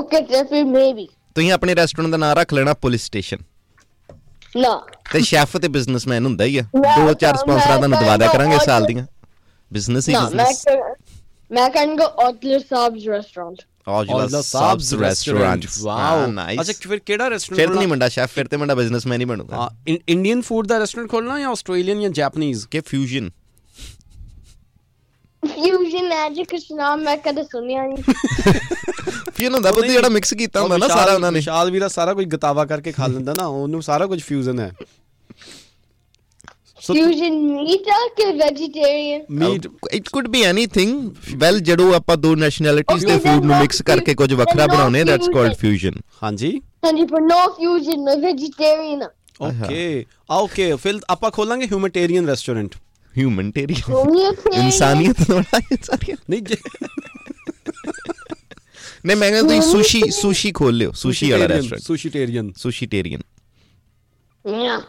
ਓਕੇ ਤੇ ਫਿਰ ਮੇਬੀ
ਤੁਸੀਂ ਆਪਣੇ ਰੈਸਟੋਰੈਂਟ ਦਾ ਨਾਮ ਰੱਖ ਲੈਣਾ ਪੁਲਿਸ ਸਟੇਸ਼ਨ
ਨਾ
ਤੇ ਸ਼ੈਫ ਤੇ ਬਿਜ਼ਨਸਮੈਨ ਹੁੰਦਾ ਹੀ ਆ
ਮੈਂ
ਦੋ ਚਾਰ
ਤਾਂ-
ਸਪਾਂਸਰਾਂ ਤੁਹਾਨੂੰ
ਮੈਂ
ਦਵਾ ਦਿਆ
ਤਾਂ
ਕਰਾਂਗੇ ਸਾਲ
ਔਰ-
ਦੀਆਂ ਬਿਜ਼ਨਸ ਹੀ
ਨਾ ਮੈਂ
ਬਿਜ਼ਨਸ
ਕਰ- ਮੈਂ ਕਰਾਂਗਾ ਔਟਲਰ ਸਾਬਸ ਰੈਸਟੋਰੈਂਟ
ਔਜਲਾ ਸਾਬਸ ਰੈਸਟੋਰੈਂਟ
ਵਾਓ ਅੱਛਾ
ਨਾਈਸ
ਫਿਰ ਕਿਹੜਾ ਰੈਸਟੋਰੈਂਟ
ਫਿਰ ਤਾਂ ਨਹੀਂ ਮੁੰਡਾ ਸ਼ੈਫ ਫਿਰ ਤੇ ਮੁੰਡਾ ਬਿਜ਼ਨਸਮੈਨ ਹੀ ਬਣੂਗਾ
ਇੰਡੀਅਨ ਫੂਡ ਦਾ ਰੈਸਟੋਰੈਂਟ ਖੋਲਣਾ ਜਾਂ ਆਸਟ੍ਰੇਲੀਅਨ ਜਾਂ ਜਾਪਨੀਜ਼
ਕਿ ਫਿਊਜ਼ਨ
ਫਿਊਜ਼ਨ ਮੈਜਿਕ ਨਾਮ ਮੈਂ ਕਦੇ ਸੁਣਿਆ ਨਹੀਂ
ਫਿਊਜ਼ਨ ਹੁੰਦਾ ਬੁੱਧੀ ਜਿਹੜਾ ਮਿਕਸ ਕੀਤਾ ਹੁੰਦਾ ਨਾ ਸਾਰਾ ਉਹਨਾਂ ਨੇ
ਵਿਸ਼ਾਲ ਵੀਰਾ ਸਾਰਾ ਕੁਝ ਗਤਾਵਾ ਕਰਕੇ ਖਾ ਲੈਂਦਾ ਨਾ ਉਹਨੂੰ ਸਾਰਾ ਕੁਝ ਫਿਊਜ਼ਨ ਹੈ ਸੋ
ਫਿਊਜ਼ਨ ਮੀਟ ਆ ਕਿ vegetarian
meat
it could be anything well ਜਦੋਂ ਆਪਾਂ ਦੋ ਨੈਸ਼ਨੈਲਿਟੀਜ਼ ਤੇ
Okay,
ਫੂਡ
then
ਨੂੰ
no
ਮਿਕਸ ਕਰਕੇ ਕੁਝ
fusion,
ਵੱਖਰਾ
then no
ਬਣਾਉਨੇ ਦੈਟਸ ਕਾਲਡ ਫਿਊਜ਼ਨ
ਹਾਂਜੀ
ਹਾਂਜੀ ਪਰ ਨੋ ਫਿਊਜ਼ਨ ਵੈਜੀਟੇਰੀਅਨ
ਓਕੇ ਆ ਓਕੇ ਫਿਰ ਆਪਾਂ ਖੋਲਾਂਗੇ ਹਿਊਮੈਟੇਰੀਅਨ ਰੈਸਟੋਰੈਂਟ
ਹਿਊਮਨਟੇਰੀਅਨ
Vegetarian.
ਇਨਸਾਨੀਅਤ ਥੋੜਾ ਸਾਰੀਆਂ
ਨਹੀਂ ਜੇ
ਨਹੀਂ ਮੈਂ ਕਹਿੰਦਾ ਤੁਸੀਂ ਸੁਸ਼ੀ ਸੁਸ਼ੀ ਖੋਲ ਲਿਓ ਸੁਸ਼ੀ ਵਾਲਾ ਰੈਸਟੋਰੈਂਟ
ਸੁਸ਼ੀਟੇਰੀਅਨ
ਸੁਸ਼ੀਟੇਰੀਅਨ
Yeah.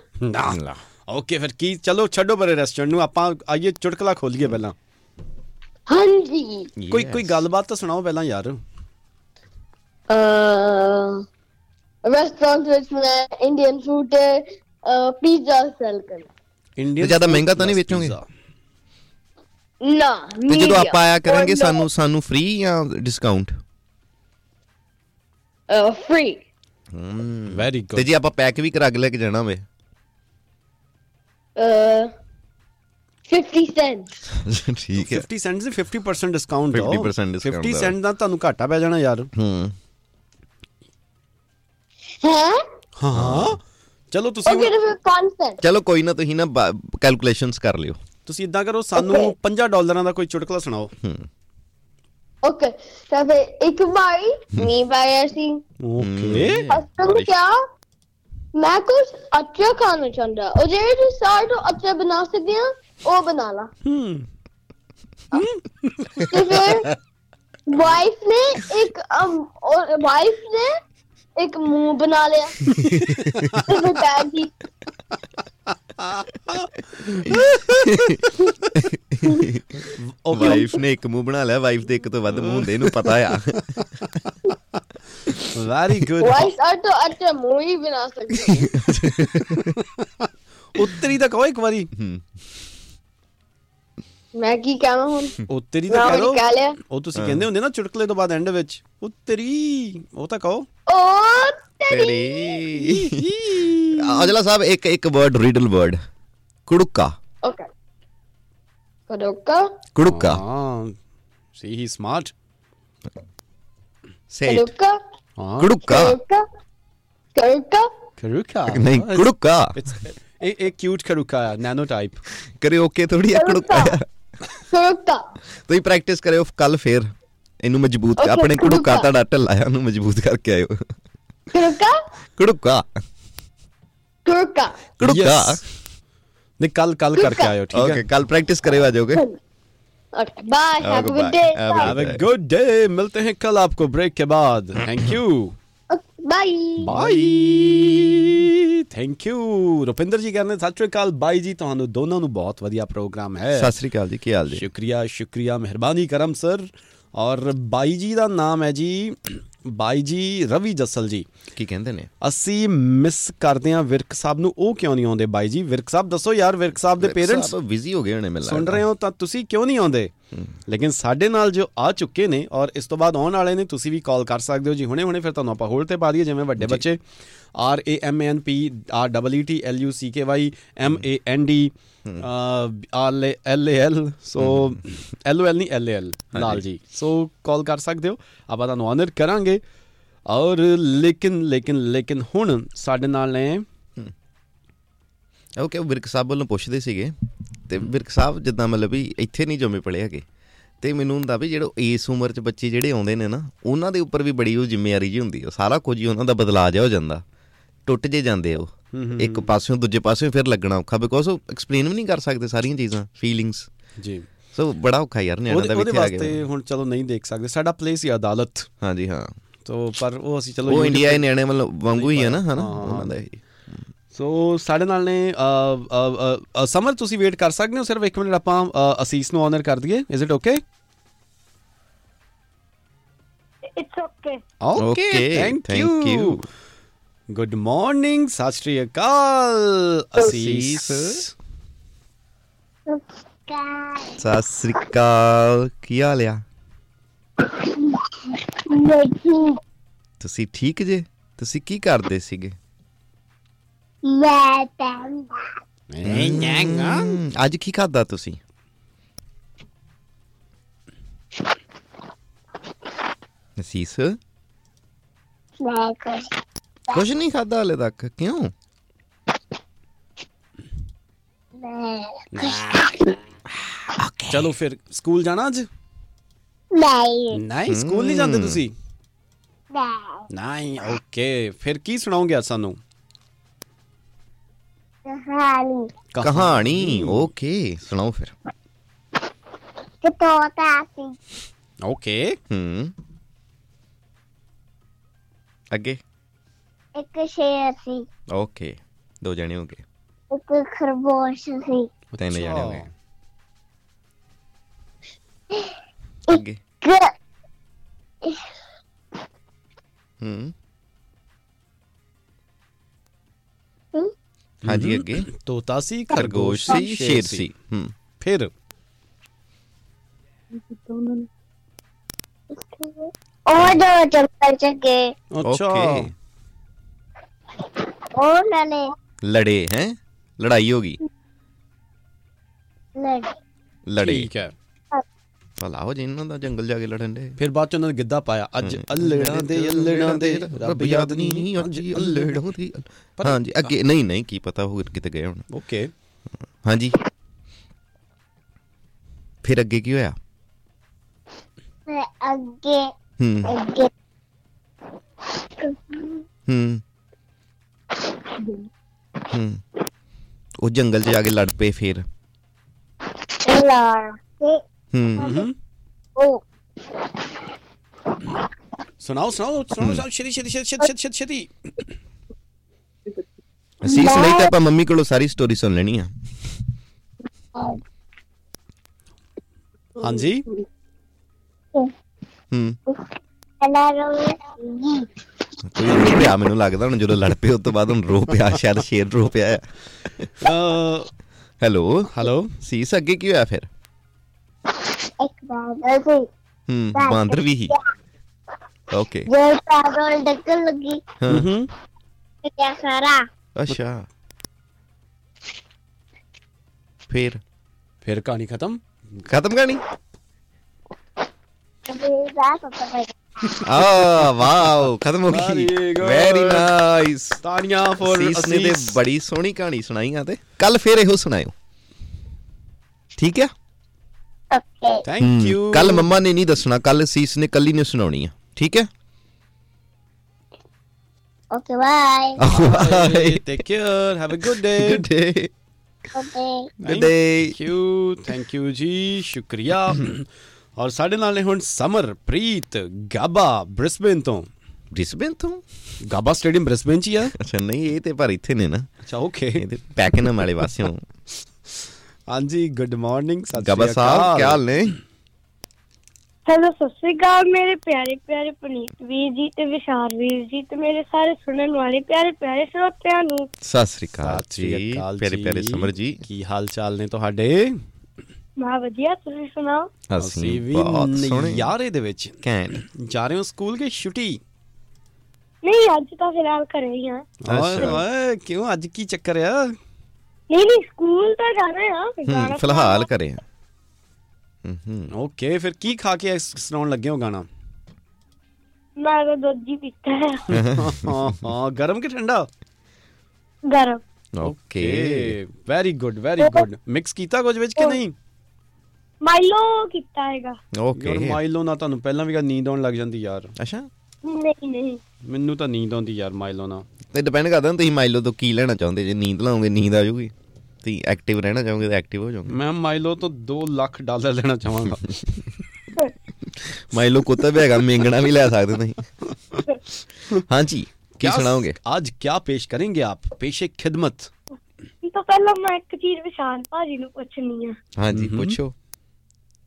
ਨਾ ਓਕੇ ਫਿਰ ਕੀ ਚਲੋ ਛੱਡੋ ਪਰੇ ਰੈਸਟੋਰੈਂਟ ਨੂੰ ਆਪਾਂ ਆਈਏ ਚੁਟਕਲਾ ਖੋਲੀਏ ਪਹਿਲਾਂ
Hanji.
ਕੋਈ ਕੋਈ ਗੱਲਬਾਤ ਤਾਂ ਸੁਣਾਓ ਪਹਿਲਾਂ ਯਾਰ
Uh, restaurant which मैं Indian food है, uh, pizza sell कर
ਇੰਡੀਅਨ
ਜ਼ਿਆਦਾ ਮਹਿੰਗਾ ਤਾਂ ਨਹੀਂ ਵੇਚੋਗੇ?
ना
ਤੇ ਜਦੋਂ ਆਪਾਂ ਆਇਆ
Oh,
ਕਰਾਂਗੇ ਸਾਨੂੰ ਸਾਨੂੰ ਫ੍ਰੀ ਜਾਂ ਡਿਸਕਾਊਂਟ
uh, free
ਵੈਰੀ
ਤੇ
ਗੁੱਡ
ਜੇ ਆਪਾਂ ਪੈਕ ਵੀ ਕਰਾ ਕੇ ਲੈ ਕੇ ਜਾਣਾ ਹੋਵੇ
uh, 50 cents
ਠੀਕ
50 ਸੈਂਟ ਦੇ 50% ਡਿਸਕਾਊਂਟ
50% discount
50
ਦਿਓ।
ਸੈਂਟ ਦਾ ਤੁਹਾਨੂੰ ਘਾਟਾ ਪੈ ਜਾਣਾ ਯਾਰ
ਹੂੰ
हैं
ਹਾਂ ਚਲੋ ਤੁਸੀਂ
okay
ਹੁਣ-
तो फिर कौन सा
ਚਲੋ ਕੋਈ ਨਾ ਤੁਸੀਂ ਨਾ ਕੈਲਕੂਲੇਸ਼ਨਸ ਕਰ ਲਿਓ
ਤੁਸੀਂ ਇਦਾਂ ਕਰੋ ਸਾਨੂੰ 50 ਡਾਲਰਾਂ ਦਾ ਕੋਈ ਚੁਟਕਲਾ ਸੁਣਾਓ
okay तो फिर एक बारी मेरी बारी ऐसी
ਓਕੇ
हस्बैंड क्या मैं कुछ अच्छा खाना चाहता और जेरे तू सारे तो अच्छा बना सकते हैं वो बना ला
ਹੂੰ
Ah.
ਤੇ ਫਿਰ ਵਾਈਫ ਨੇ ਇੱਕ
um,
ਵਾਈਫ ਨੇ ਇੱਕ ਮੂੰਹ ਬਣਾ ਲਿਆ ਤੇ ਫਿਰ ਪੈ ਗਈ
ਓਕੇ
ਵਾਈਫ ਨੇ ਇੱਕ ਮੂੰਹ ਬਣਾ ਲਿਆ ਵਾਈਫ ਦੇ ਇੱਕ ਤੋਂ ਵੱਧ ਮੂੰਹ ਹੁੰਦੇ ਇਹਨੂੰ ਪਤਾ ਆ
ਵੈਰੀ ਗੁੱਡ
ਵਾਈਫ ਆ ਤਾਂ ਅੱਛਾ ਮੂੰਹ ਹੀ ਬਣਾ ਸਕਦੀ ਹੈ।
ਉੱਤਰੀ ਤਾਂ ਕਹੋ ਇੱਕ ਵਾਰੀ
ਮੈਂ ਕੀ ਕਹਾਂ ਹੁਣ
ਉੱਤਰੀ
ਮੈਂ
ਤਾਂ ਕਹਿ
ਉਹ
ਲਓ
ਕਹਿ ਲਿਆ
ਉਹ ਤੁਸੀਂ ਕਹਿੰਦੇ ਹੁੰਦੇ ਨਾ ਚੁਟਕਲੇ ਤੋਂ ਬਾਅਦ ਐਂਡ ਵਿੱਚ ਉੱਤਰੀ ਉਹ ਤਾਂ ਕਹੋ
ਉਹ
Oh,
ਤੇਰੀ
ਤੇਰੀ ਅਜਲਾ ਸਾਹਿਬ ਇੱਕ ਇੱਕ ਵਰਡ ਰੀਡਲ ਵਰਡ ਕੁੜੁੱਕਾ
ਓਕੇ ਕਦੋਕਾ
ਕੁੜੁੱਕਾ
ਹਾਂ ਸੀ ਹੀ ਸਮਾਰਟ
ਸੇ ਇਟ
ਕਦੋਕਾ
ਹਾਂ
ਕੁੜੁੱਕਾ
ਕਦੋਕਾ ਕਦੋਕਾ
ਖਰੂਕਾ
ਨਹੀਂ ਕੁੜੁੱਕਾ
It's- ਇਹ ਇਹ ਕਿਊਟ ਖਰੂਕਾ ਆ ਨੈਨੋ ਟਾਈਪ
ਕਰਿਓਕੇ ਥੋੜੀ ਆ ਕੁੜੁੱਕਾ ਆ।
ਕਦੋਕਾ
ਤੁਸੀਂ ਪ੍ਰੈਕਟਿਸ ਕਰਿਓ ਕੱਲ ਫੇਰ ਇਹਨੂੰ ਮਜ਼ਬੂਤ
Okay,
ਆਪਣੇ ਕੁੜੁੱਕਾ
ਕੁੜੁੱਕਾ।
ਤੁਹਾਡਾ ਢੱਲਾ ਆ ਉਹਨੂੰ ਮਜ਼ਬੂਤ ਕਰਕੇ ਆਇਓ
ਕਦੋਕਾ
ਕੁੜੁੱਕਾ
ਕਦੋਕਾ
ਕੁੜੁੱਕਾ
Yes. ਨਹੀਂ ਕੱਲ ਕੱਲ ਕਰਕੇ ਆਇਓ ਠੀਕ ਹੈ
ਓਕੇ ਕੱਲ ਪ੍ਰੈਕਟਿਸ ਕਰਿਓ ਆ ਜਾਓਗੇ
okay bye
Okay,
have
bye.
A good day
Have a
bye
have a good day मिलते हैं कल आपको ब्रेक के बाद thank you
okay
bye
bye thank you Rupinder ji ਕਹਿੰਦੇ ਸਤਿ ਸ਼੍ਰੀ ਅਕਾਲ ਬਾਈ ਜੀ ਤੁਹਾਨੂੰ ਦੋਨਾਂ ਨੂੰ ਬਹੁਤ ਵਧੀਆ ਪ੍ਰੋਗਰਾਮ ਹੈ
ਸਤਿ ਸ੍ਰੀ ਅਕਾਲ ਜੀ ਕੀ ਹਾਲ ਜੀ
ਸ਼ੁਕਰੀਆ ਸ਼ੁਕਰੀਆ ਮਿਹਰਬਾਨੀ ਕਰਮ ਸਰ ਔਰ ਬਾਈ ਜੀ ਦਾ ਨਾਮ ਹੈ ਜੀ ਬਾਈ ਜੀ ਰਵੀ ਜੱਸਲ ਜੀ
ਕੀ ਕਹਿੰਦੇ ਨੇ
ਅਸੀਂ ਮਿਸ ਕਰਦੇ ਹਾਂ ਵਿਰਕ ਸਾਹਿਬ ਨੂੰ ਉਹ ਕਿਉਂ ਨਹੀਂ ਆਉਂਦੇ ਬਾਈ ਜੀ ਵਿਰਕ ਸਾਹਿਬ ਦੱਸੋ ਯਾਰ ਵਿਰਕ ਸਾਹਿਬ ਦੇ ਪੇਰੈਂਟਸ
ਬਿਜ਼ੀ ਹੋ ਗਏ ਹੋਣੇ ਮੈਨੂੰ
ਸੁਣ ਰਹੇ ਹੋ ਤਾਂ ਤੁਸੀਂ ਕਿਉਂ ਨਹੀਂ ਆਉਂਦੇ ਲੇਕਿਨ ਸਾਡੇ ਨਾਲ ਜੋ ਆ ਚੁੱਕੇ ਨੇ ਔਰ ਇਸ ਤੋਂ ਬਾਅਦ ਆਉਣ ਵਾਲੇ ਨੇ ਤੁਸੀਂ ਵੀ ਕਾਲ ਕਰ ਸਕਦੇ ਹੋ ਜੀ ਹੁਣੇ ਹੁਣੇ ਫਿਰ ਤੁਹਾਨੂੰ ਆਪਾਂ ਹੋਲਡ ਤੇ ਪਾ ਦਈਏ ਜਿਵੇਂ ਵੱਡੇ ਬੱਚੇ R A M N P R double E T L U C K Y M A N D R L A L so L O L ਨਹੀਂ L A L Lal ji ਸੋ ਕਾਲ ਕਰ ਸਕਦੇ ਹੋ ਆਪਾਂ ਤੁਹਾਨੂੰ ਆਨਰ ਕਰਾਂਗੇ ਔਰ ਲੇਕਿਨ ਲੇਕਿਨ ਲੇਕਿਨ ਹੁਣ ਸਾਡੇ ਨਾਲ ਨੇ
ਓਕੇ ਵਿਰਕ ਸਾਹਿਬ ਵੱਲੋਂ ਪੁੱਛਦੇ ਸੀਗੇ ਤੇ ਵਿਰਕ ਸਾਹਿਬ ਜਿੱਦਾਂ ਮਤਲਬ ਵੀ ਇੱਥੇ ਨਹੀਂ ਜੰਮੇ ਪਲੇ ਹੈਗੇ ਤੇ ਮੈਨੂੰ ਹੁੰਦਾ ਵੀ ਜਿਹੜੇ ਇਸ ਉਮਰ 'ਚ ਬੱਚੇ ਜਿਹੜੇ ਆਉਂਦੇ ਨੇ ਨਾ ਉਹਨਾਂ ਦੇ ਉੱਪਰ ਵੀ ਬੜੀ ਉਹ ਜ਼ਿੰਮੇਵਾਰੀ ਜੀ ਹੁੰਦੀ ਹੈ ਸਾਰਾ ਕੁਝ ਹੀ ਉਹਨਾਂ ਦਾ ਬਦਲਾ ਜਾ ਹੋ ਜਾਂਦਾ ਟੁੱਟ ਜੇ ਜਾਂਦੇ ਆ ਉਹ ਇੱਕ ਪਾਸਿਓਂ ਦੂਜੇ ਪਾਸਿਓਂ ਫਿਰ ਲੱਗਣਾ ਔਖਾ ਬਿਕੋਜ਼ ਉਹ ਐਕਸਪਲੇਨ ਵੀ ਨਹੀਂ ਕਰ ਸਕਦੇ ਸਾਰੀਆਂ ਚੀਜ਼ਾਂ ਫੀਲਿੰਗਸ
ਜੀ
ਸੋ ਬੜਾ ਔਖਾ ਯਾਰ ਨਿਆਣਾ
ਉਹਦੇ
ਦਾ ਵੀ
ਉਹਦੇ
ਇੱਥੇ ਆ ਗਿਆ
ਵਾਸਤੇ ਹੁਣ ਚਲੋ ਨਹੀਂ ਦੇਖ ਸਕਦੇ ਸਾਡਾ ਪਲੇਸ ਹੀ ਅਦਾਲਤ
ਹਾਂਜੀ ਹਾਂ
ਤੋ ਪਰ ਉਹ ਅਸੀਂ ਚਲੋ
ਉਹ
YouTube-
ਇੰਡੀਆ ਦੇ ਨਿਆਣੇ ਮਤਲਬ ਵਾਂਗੂ ਹੀ ਹੈ ਨਾ ਹਨਾ ਉਹਨਾਂ ਦਾ ਇਹ
ਸੋ ਸਾਡੇ ਨਾਲ ਨੇ ਅ, ਅ, ਅ, ਅ, ਸਮਰ ਤੁਸੀਂ ਵੇਟ ਕਰ ਸਕਦੇ ਹੋ ਸਿਰਫ 1 ਮਿੰਟ ਆਪਾਂ ਅ, ਅਸੀਸ ਨੂੰ ਆਨਰ ਕਰ ਦਈਏ is it okay
it's okay
Okay, thank you.
Good morning ਸਤਿ ਸ਼੍ਰੀ ਅਕਾਲ ਅਸੀਸ
ਅਸੀਸ। ਸਤਿ ਸ੍ਰੀ ਅਕਾਲ ਕੀ ਹਾਲ ਆ
ਨਹੀਂ
ਤੁਸੀਂ ਠੀਕ ਜੇ ਤੁਸੀਂ ਕੀ ਕਰਦੇ ਸੀਗੇ
ਮੈਂ ਤਾਂ
Mm. ਹਮ, ਅੱਜ ਕੀ ਖਾਦਾ ਤੁਸੀਂ ਨਸੀਸ
ਮੈਂ ਕੁਛ
ਕੁਝ ਨਹੀਂ ਖਾਦਾ ਹਲੇ ਤੱਕ ਕਿਉਂ
ਮੈਂ
ਚਲੋ ਫਿਰ ਸਕੂਲ ਜਾਣਾ ਅੱਜ
ਨਹੀਂ
ਨਹੀਂ ਸਕੂਲ ਨਹੀਂ
Mm.
ਜਾਂਦੇ ਤੁਸੀਂ
ਮੈਂ
ਨਹੀਂ ਓਕੇ ਫਿਰ ਕੀ ਸੁਣਾਓਗੇ ਅੱਜ ਸਾਨੂੰ
ਕਹਾਣੀ
ਕਹਾਣੀ ਓਕੇ ਸੁਣਾਓ ਫਿਰ
ਕਿ ਤੋਤਾ ਸੀ
ਓਕੇ
ਹੂੰ ਅੱਗੇ
ਇੱਕ ਸ਼ੇਰ ਸੀ
ਓਕੇ ਦੋ ਜਣੇ ਹੋ ਗਏ
ਇੱਕ ਖਰਗੋਸ਼ ਸੀ
ਤਿੰਨ ਜਣੇ ਹੋ ਗਏ ਅੱਗੇ
ਇੱਕ
ਹੂੰ
ਹੂੰ?
ਹਾਂਜੀ ਅੱਗੇ
ਤੋਤਾ ਸੀ
ਖਰਗੋਸ਼ ਸੀ ਸ਼ੇਰ ਸੀ ਹੂੰ
ਫਿਰ
ਉਹ ਜੋ ਜੰਗਲ ਚ ਗਏ
ਅੱਛਾ
Okay.
ਉਹਨਾਂ ਨੇ
ਲੜੇ ਹੈ ਲੜਾਈ ਹੋ ਗਈ
ਲੜੀ
ਲੜੇ
ਠੀਕ ਹੈ
ਭਲਾ ਹੋ ਜੇ ਇਹਨਾਂ ਦਾ ਜੰਗਲ ਜਾ ਕੇ ਲੜਨ ਦੇ
ਫਿਰ ਬਾਅਦ ਚ ਉਹਨਾਂ ਨੇ ਗਿੱਧਾ ਪਾਇਆ ਅੱਜ ਅਲੜਾਂ ਦੇ ਅਲੜਾਂ ਦੇ ਰੱਬ ਯਾਦ ਨਹੀਂ ਅੱਜ ਅਲੜ
ਅਲੜਾਂ ਦੀ ਹਾਂਜੀ ਅੱਗੇ ਨਹੀਂ ਨਹੀਂ ਕੀ ਪਤਾ ਹੋਰ ਕਿਤੇ ਗਏ ਹੁਣ
ਓਕੇ
ਹਾਂਜੀ ਫਿਰ ਅੱਗੇ ਕੀ ਹੋਇਆ
ਤੇ ਅੱਗੇ
ਹੂੰ
ਅੱਗੇ
ਹੂੰ ਹੂੰ ਉਹ ਜੰਗਲ 'ਚ ਜਾ ਕੇ ਲੜ ਪਏ ਫਿਰ
ਲੜ ਤੇ
ਹੂੰ
ਉਹ
ਸੁਣਾਓ ਸੁਣਾਓ ਸੁਣਾਓ ਸੁਣਾਓ, ਛੇਤੀ ਛੇਤੀ ਛੇਤੀ ਛੇਤੀ ਛੇਤੀ ਛੇਤੀ
ਅਸੀਂ ਇਸ ਲਈ ਤਾਂ ਆਪਾਂ ਮੰਮੀ ਕੋਲੋਂ ਸਾਰੀ ਸਟੋਰੀ ਸੁਣ ਲੈਣੀ ਆ
ਹਾਂਜੀ
ਹੂੰ
ਕਹਿੰਦਾ ਰੋਈ
ਕੋਈ ਰੋ ਪਿਆ ਮੈਨੂੰ ਲੱਗਦਾ ਹੁਣ ਜਦੋਂ ਲੜ ਪਏ ਉਸ ਤੋਂ ਬਾਅਦ ਹੁਣ ਰੋ ਪਿਆ ਸ਼ਾਇਦ ਸ਼ੇਰ ਰੋ ਪਿਆ ਹੈਲੋ
ਹੈਲੋ
ਸੀਸ ਅੱਗੇ ਕੀ ਹੋਇਆ ਫਿਰ
ਇੱਕ ਬਾਦਲ ਸੀ
ਹੂੰ ਬਾਂਦਰ ਵੀ ਹੀ ਓਕੇ
ਜੋ ਪਾਗਲ ਡੱਕਣ ਲੱਗੀ
ਹਾਂ
ਹੂੰ
ਤੇ ਸਾਰਾ
ਅੱਛਾ ਫਿਰ
ਫਿਰ ਕਹਾਣੀ ਖਤਮ
ਖਤਮ ਕਰਨੀ
ਤੇ ਦਾ ਪਤਾ ਕਰ
ਆ ਵਾਓ ਖਤਮ ਹੋ ਗਈ
Very good.
ਵੈਰੀ ਨਾਈਸ
ਤਾੜੀਆਂ ਫॉर
ਸੀਸ ਨੇ ਤੇ ਬੜੀ ਸੋਹਣੀ ਕਹਾਣੀ ਸੁਣਾਈ ਆ ਤੇ ਕੱਲ ਫਿਰ ਇਹੋ ਸੁਣਾਇਓ ਠੀਕ ਆ
ਓਕੇ
ਥੈਂਕ ਯੂ
ਕੱਲ ਮੰਮਾ ਨੇ ਨਹੀਂ ਦੱਸਣਾ ਕੱਲ ਸੀਸ ਨੇ ਕੱਲੀ ਨੇ ਸੁਣਾਉਣੀ ਆ ਠੀਕ ਹੈ
okay bye
take care have a good day
good day
okay
Good day.
Thank you thank you ਜੀ ਸ਼ੁਕਰੀਆ ਔਰ ਸਾਡੇ ਨਾਲ ਨੇ ਹੁਣ ਸਮਰ ਪ੍ਰੀਤ ਗਾਬਾ ਬ੍ਰਿਸਬਨ ਤੋਂ
ਬ੍ਰਿਸਬਨ ਤੋਂ
ਗਾਬਾ ਸਟੇਡੀਅਮ ਬ੍ਰਿਸਬਨ ਚ ਹੀ ਆ
ਅੱਛਾ ਨਹੀਂ ਇਹ ਤੇ ਪਰ ਇੱਥੇ ਨੇ ਨਾ
ਅੱਛਾ ਓਕੇ
ਇਹ ਤੇ ਪੈਕਨਮ ਵਾਲੇ ਪਾਸਿਓਂ
ਹਾਂਜੀ ਗੁੱਡ ਮਾਰਨਿੰਗ ਸਤਿ
ਗਾਬਾ
ਸ਼੍ਰੀ
ਸਾਹਿਬ ਕੀ ਹਾਲ ਨੇ
ਹੈਲੋ ਸਤਿ ਸ੍ਰੀ ਅਕਾਲ ਮੇਰੇ ਪਿਆਰੇ ਪਿਆਰੇ ਪੁਨੀਤ ਵੀਰ ਜੀ ਤੇ ਵਿਸ਼ਾਲ ਵੀਰ ਜੀ ਤੇ ਮੇਰੇ ਸਾਰੇ ਸੁਣਨ ਵਾਲੇ ਪਿਆਰੇ ਪਿਆਰੇ ਸਰੋਤਿਆਂ ਨੂੰ
ਸਤਿ ਸ੍ਰੀ ਅਕਾਲ
ਸਤਿ ਸ਼੍ਰੀ
ਜੀ
ਅਕਾਲ
ਪਿਆਰੇ ਪਿਆਰੇ ਸਮਰ ਜੀ
ਕੀ ਹਾਲ ਚਾਲ ਨੇ ਤੁਹਾਡੇ
ਮਾ ਵਧੀਆ ਤੁਸੀਂ ਸੁਣਾਓ
ਅਸੀਂ ਬਹੁਤ ਸੋਹਣੇ
ਯਾਰੇ ਦੇ ਵਿੱਚ
ਕੈਂਟ
ਜਾ ਰਹੇ ਹੋ ਸਕੂਲ ਕੇ ਛੁੱਟੀ
ਨਹੀਂ ਅੱਜ ਤਾਂ ਫਿਲਹਾਲ ਘਰੇ ਹੀ ਆ
ਓਏ ਓਏ ਕਿਉਂ ਅੱਜ ਕੀ ਚੱਕਰ ਆ
ਨਹੀਂ ਨਹੀਂ ਸਕੂਲ ਤਾਂ ਜਾਣਾ ਆ ਜਾਣਾ
ਹੂੰ
ਤਾਂ
ਫਿਲਹਾਲ
ਆ।
ਕਰੇ ਹਾਂ ਹੂੰ ਹੂੰ
ਓਕੇ ਫਿਰ ਕੀ ਖਾ ਕੇ ਸ- ਸੁਣਾਉਣ ਲੱਗੇ ਹੋ ਗਾਣਾ
ਮੈਂ ਤਾਂ ਦੁੱਧ ਹੀ ਪੀਤਾ ਹੈ
ਹਾਂ ਹਾਂ ਗਰਮ ਕਿ ਠੰਡਾ
ਗਰਮ
okay
very good very good mix ਕੀਤਾ ਕੁਝ ਵਿੱਚ ਕਿ ਨਹੀਂ
ਮਾਈਲੋ ਕੀਤਾ ਹੈਗਾ
ਯਾਰ
ਓਕੇ
ਮਾਈਲੋ ਨਾਲ ਤੁਹਾਨੂੰ ਪਹਿਲਾਂ ਵੀ ਕਦੇ ਨੀਂਦ ਆਉਣ ਲੱਗ ਜਾਂਦੀ ਯਾਰ
ਅੱਛਾ
ਨਹੀਂ ਨਹੀਂ
ਮੈਨੂੰ ਤਾਂ ਨੀਂਦ ਆਉਂਦੀ ਯਾਰ ਮਾਈਲੋ ਨਾਲ
ਤੇ ਡਿਪੈਂਡ ਕਰਦਾ ਨਾ ਤੁਸੀਂ ਮਾਈਲੋ ਤੋਂ ਕੀ ਲੈਣਾ ਚਾਹੁੰਦੇ ਜੇ ਨੀਂਦ ਲਾਉਂਗੇ ਨੀਂਦ ਆ ਜਾਊਗੀ ਤੁਸੀਂ ਐਕਟਿਵ ਰਹਿਣਾ ਚਾਹੋਗੇ ਤਾਂ ਐਕਟਿਵ ਹੋ ਜਾਓਗੇ
ਮੈਂ ਮਾਈਲੋ ਤੋਂ 2 ਲੱਖ ਡਾਲਰ ਲੈਣਾ ਚਾਹਾਂਗਾ
ਮਾਈਲੋ ਕੁੱਤਾ ਵੀ ਹੈਗਾ ਮੇਂਗਣਾ ਵੀ ਲੈ ਸਕਦੇ ਤੁਸੀਂ ਹਾਂਜੀ ਕੀ
क्या-
ਸੁਣਾਓਗੇ
आज क्या पेश करेंगे आप पेशे खिदमत
ਤਾਂ ਪਹਿਲਾਂ ਮੈਂ ਇੱਕ ਚੀਜ਼ ਵਿਸ਼ਾਲ ਭਾਜੀ ਨੂੰ ਪੁੱਛਣੀ ਆ
ਹਾਂਜੀ ਪੁੱਛੋ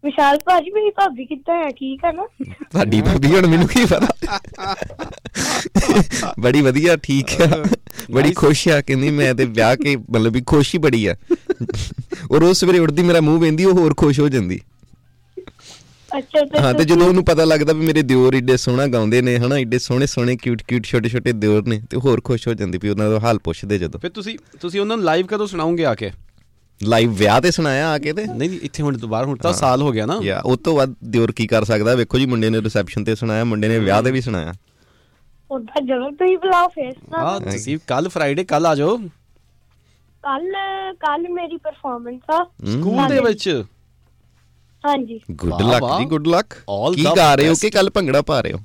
ਵਿਸ਼ਾਲ ਭਾਜੀ ਮੇਰੀ ਭਾਬੀ ਕਿੱਦਾਂ ਆ ਠੀਕ ਆ ਨਾ
ਤੁਹਾਡੀ ਭਾਬੀ ਹੁਣ ਮੈਨੂੰ ਕੀ ਪਤਾ ਬੜੀ ਵਧੀਆ ਠੀਕ ਆ ਬੜੀ ਖੁਸ਼ ਆ ਕਹਿੰਦੀ ਮੈਂ ਤੇ ਵਿਆਹ ਕੇ ਮਤਲਬ ਵੀ ਖੁਸ਼ ਹੀ ਬੜੀ ਆ ਔਰ ਉਹ ਸਵੇਰੇ ਉੱਠਦੀ ਮੇਰਾ ਮੂੰਹ ਵੇਂਦੀ ਉਹ ਹੋਰ ਖੁਸ਼ ਹੋ ਜਾਂਦੀ
ਅੱਛਾ
ਹਾਂ ਤੇ
ਤੁਸੀਂ-
ਜਦੋਂ ਉਹਨੂੰ ਪਤਾ ਲੱਗਦਾ ਵੀ ਮੇਰੇ ਦਿਓਰ ਏਡੇ ਸੋਹਣਾ ਗਾਉਂਦੇ ਨੇ ਹਨਾ ਏਡੇ ਸੋਹਣੇ ਸੋਹਣੇ ਕਿਊਟ ਕਿਊਟ ਛੋਟੇ ਛੋਟੇ ਦਿਓਰ ਨੇ ਤੇ ਹੋਰ ਖੁਸ਼ ਹੋ ਜਾਂਦੀ ਵੀ ਉਹਨਾਂ ਦਾ ਹਾਲ ਪੁੱਛਦੇ ਜਦੋਂ
फिर ਤੁਸੀਂ ਤੁਸੀਂ ਉਹਨਾਂ ਨੂੰ ਲਾਈਵ ਕਦੋਂ ਸੁਣਾਉਂਗੇ ਆ ਕੇ
ਲਾਈਵ ਵਿਆਹ ਤੇ ਸੁਣਾਇਆ ਆ ਕੇ ਤੇ
ਨਹੀਂ ਨਹੀਂ ਇੱਥੇ ਹੁਣ ਦੁਬਾਰਾ ਹੁਣ ਤਾਂ ਸਾਲ ਹੋ ਗਿਆ ਨਾ
ਯਾ ਉਸ ਤੋਂ ਬਾਅਦ ਦਿਓਰ ਕੀ ਕਰ ਸਕਦਾ ਵੇਖੋ ਜੀ ਮੁੰਡੇ ਨੇ ਰਿਸੈਪਸ਼ਨ ਤੇ ਸੁਣਾਇਆ ਮੁੰਡੇ ਨੇ ਵਿਆਹ ਤੇ ਵੀ ਸੁਣਾਇਆ
ਉੱਦਾਂ ਜਦੋਂ ਤੁਸੀਂ ਬੁਲਾਓ ਫੇਸ ਨਾਲ
ਹਾਂ ਤੁਸੀਂ ਕੱਲ ਫਰਾਈਡੇ ਕੱਲ ਆ ਜਾਓ
ਕੱਲ ਕੱਲ ਮੇਰੀ ਪਰਫਾਰਮੈਂਸ ਆ
ਸਕੂਲ ਦੇ ਵਿੱਚ
ਹਾਂਜੀ
ਗੁੱਡ
ਵਾਹ,
ਲੱਕ
ਵਾਹ।
ਜੀ ਗੁੱਡ ਲੱਕ
All
ਕੀ
the
ਗਾ ਰਹੇ ਹੋ
best.
ਕਿ ਕੱਲ ਭੰਗੜਾ ਪਾ ਰਹੇ ਹੋ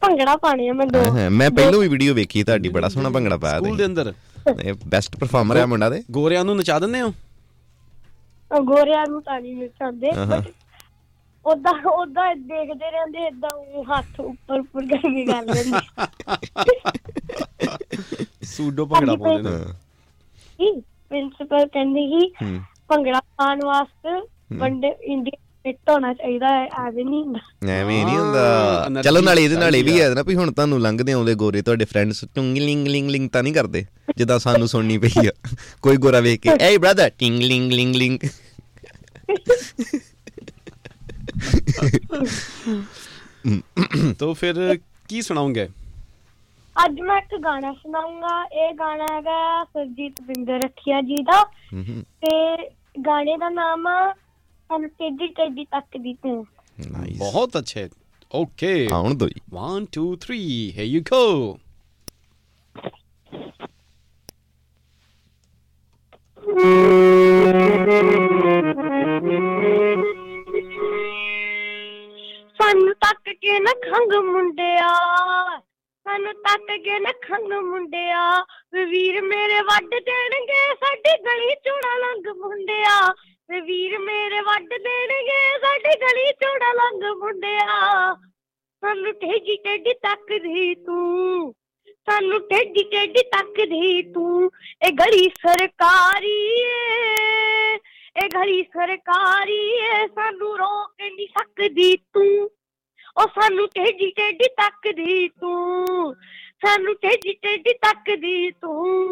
ਭੰਗੜਾ ਪਾਣੇ ਆ ਮੈਂ ਦੋ
ਹਾਂ, ਹਾਂ, ਮੈਂ ਪਹਿਲਾਂ ਵੀ ਵੀਡੀਓ ਵੇਖੀ ਤੁਹਾਡੀ ਬੜਾ ਸੋਹਣਾ ਭੰਗੜਾ ਪਾਇਆ
ਸਕੂਲ ਦੇ ਅੰਦਰ
ਤੁਸੀਂ ਬੈਸਟ ਪਰਫਾਰਮਰ ਆ ਮੁੰਡਾ ਦੇ
ਗੋਰਿਆਂ ਨੂੰ ਨਚਾ ਦਿੰਦੇ ਹੋ
ਗੋਰਿਆਂ ਨੂੰ ਤਾਂ ਨਹੀਂ ਨਚਾਉਂਦੇ ਬਟ ਉਦਾਂ ਉਦਾਂ ਦੇਖਦੇ ਰਹਿੰਦੇ ਇਦਾਂ ਹੱਥ ਉੱਪਰ ਉੱਪਰ ਕਰਕੇ ਗੱਲ ਲੈਂਦੇ
ਸੂਡੋ ਭੰਗੜਾ
ਹਾਂਜੀ,
ਪਾਉਂਦੇ ਨੇ
ਹਾਂ।
ਪ੍ਰਿੰਸੀਪਲ ਕਹਿੰਦੀ ਸੀ
ਹੂੰ।
ਭੰਗੜਾ ਪਾਉਣ ਵਾਸਤੇ ਵੰਡੇ ਇੰਡੀਆ ਫਿੱਟ ਹੋਣਾ ਚਾਹੀਦਾ ਹੈ ਐਵੇਂ ਨਹੀਂ ਹੁੰਦਾ
ਐਵੇਂ ਨਹੀਂ
ਹਾਂ,
ਹੁੰਦਾ
energy
ਚਲੋ ਨਾਲੇ ਇਹਦੇ ਨਾਲ ਇਹ ਵੀ
ਚਾਹੀਦੀ
ਹੈ ਨਾ ਵੀ ਹੁਣ ਤੁਹਾਨੂੰ ਲੰਘਦੇ ਆਉਂਦੇ ਗੋਰੇ ਤੁਹਾਡੇ ਫਰੈਂਡਸ ਟਿੰਗਲਿੰਗ ਲਿੰਗ ਲਿੰਗ ਤਾਂ ਨਹੀਂ ਕਰਦੇ ਜਿੱਦਾਂ ਸਾਨੂੰ ਸੁਣਨੀ ਪਈ ਆ ਕੋਈ ਗੋਰਾ ਵੇਖ ਕੇ ਏ ਬ੍ਰਦਰ ਟਿੰਗਲਿੰਗ ਲਿੰਗ ਲਿੰਗ
ਤਾਂ ਫਿਰ ਕੀ ਸੁਣਾਉਂਗੇ
ਅੱਜ ਮੈਂ ਇੱਕ ਗਾਣਾ ਸੁਣਾਉਂਗਾ ਇਹ ਗਾਣਾ ਹੈਗਾ ਸਰਜੀਤ ਬਿੰਦਰ ਰੱਖਿਆ ਜੀ ਦਾ ਤੇ ਗਾਣੇ ਦਾ ਨਾਮ ਆ ਹਮ ਟੇਢੀ ਟੇਢੀ ਤੱਕ ਦੀ ਤੂੰ
ਬਹੁਤ ਅੱਛੇ ਓਕੇ
ਆਉਣ ਦੋ ਜੀ
1 2 3 ਹੇਅਰ ਯੂ ਗੋ
ਸਾਨੂੰ ਤੱਕ ਕੇ ਨਾ ਖੰਗ ਮੁੰਡਿਆ ਸਾਨੂੰ ਤੱਕ ਕੇ ਨਾ ਖੰਗ ਮੁੰਡਿਆ ਵੀ ਵੀਰ ਮੇਰੇ ਵੱਢ ਦੇਣਗੇ ਸਾਡੀ ਗਲੀ ਚੋੜਾ ਲੰਘ ਮੁੰਡਿਆ ਵੀ ਵੀਰ ਮੇਰੇ ਵੱਢ ਦੇਣਗੇ ਸਾਡੀ ਗਲੀ ਚੋੜਾ ਲੰਘ ਮੁੰਡਿਆ ਸਾਨੂੰ ਠੇਜੀ ਟੇਢੀ ਤੱਕਦੀ ਤੂੰ ਸਾਨੂੰ ਟੇਢੀ ਟੇਢੀ ਤੱਕਦੀ ਤੂੰ ਇਹ ਗਲੀ ਸਰਕਾਰੀ ਏ ਇਹ ਗਲੀ ਸਰਕਾਰੀ ਏ ਸਾਨੂੰ ਰੋਕ ਨਹੀਂ ਸਕਦੀ ਤੂੰ ਉਹ ਸਾਨੂੰ ਟੇਢੀ ਟੇਢੀ ਤੱਕਦੀ ਤੂੰ ਸਾਨੂੰ ਟੇਢੀ ਟੇਢੀ ਤੱਕਦੀ ਤੂੰ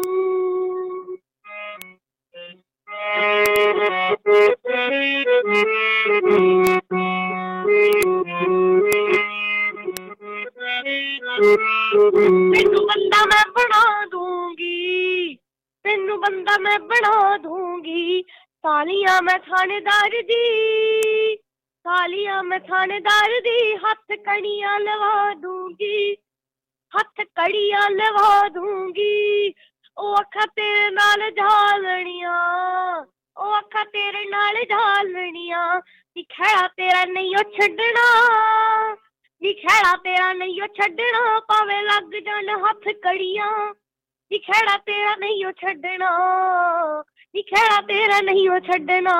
ਤੈਨੂੰ ਬੰਦਾ ਮੈਂ ਬਣਾ ਦੂੰਗੀ ਤੈਨੂੰ ਬੰਦਾ ਮੈਂ ਬਣਾ ਦੂੰਗੀ ਸਾਲੀਆਂ ਮੈਂ ਥਾਣੇਦਾਰ ਦੀ ਸਾਲੀਆਂ ਮੈਂ ਥਾਣੇਦਾਰ ਦੀ ਹੱਥ ਕੜੀਆਂ ਲਵਾ ਦੂੰਗੀ ਹੱਥ ਕੜੀਆਂ ਲਵਾ ਦੂੰਗੀ ਉਹ ਅੱਖਾਂ ਤੇਰੇ ਨਾਲ ਝਾਲਣੀਆਂ ਉਹ ਅੱਖਾਂ ਤੇਰੇ ਨਾਲ ਝਾਲਣੀਆਂ ਨੀ ਖੜਾ ਤੇਰਾ ਨਹੀਂ ਉਹ ਛੱਡਣਾ ਨੀ ਖੜਾ ਤੇਰਾ ਨਹੀਂ ਉਹ ਛੱਡਣਾ ਭਾਵੇਂ ਲੱਗ ਜਾਣ ਹੱਥ ਕੜੀਆਂ ਨੀ ਖੜਾ ਤੇਰਾ ਨਹੀਂ ਉਹ ਛੱਡਣਾ ਨੀ ਖੜਾ ਤੇਰਾ ਨਹੀਂ ਉਹ ਛੱਡਣਾ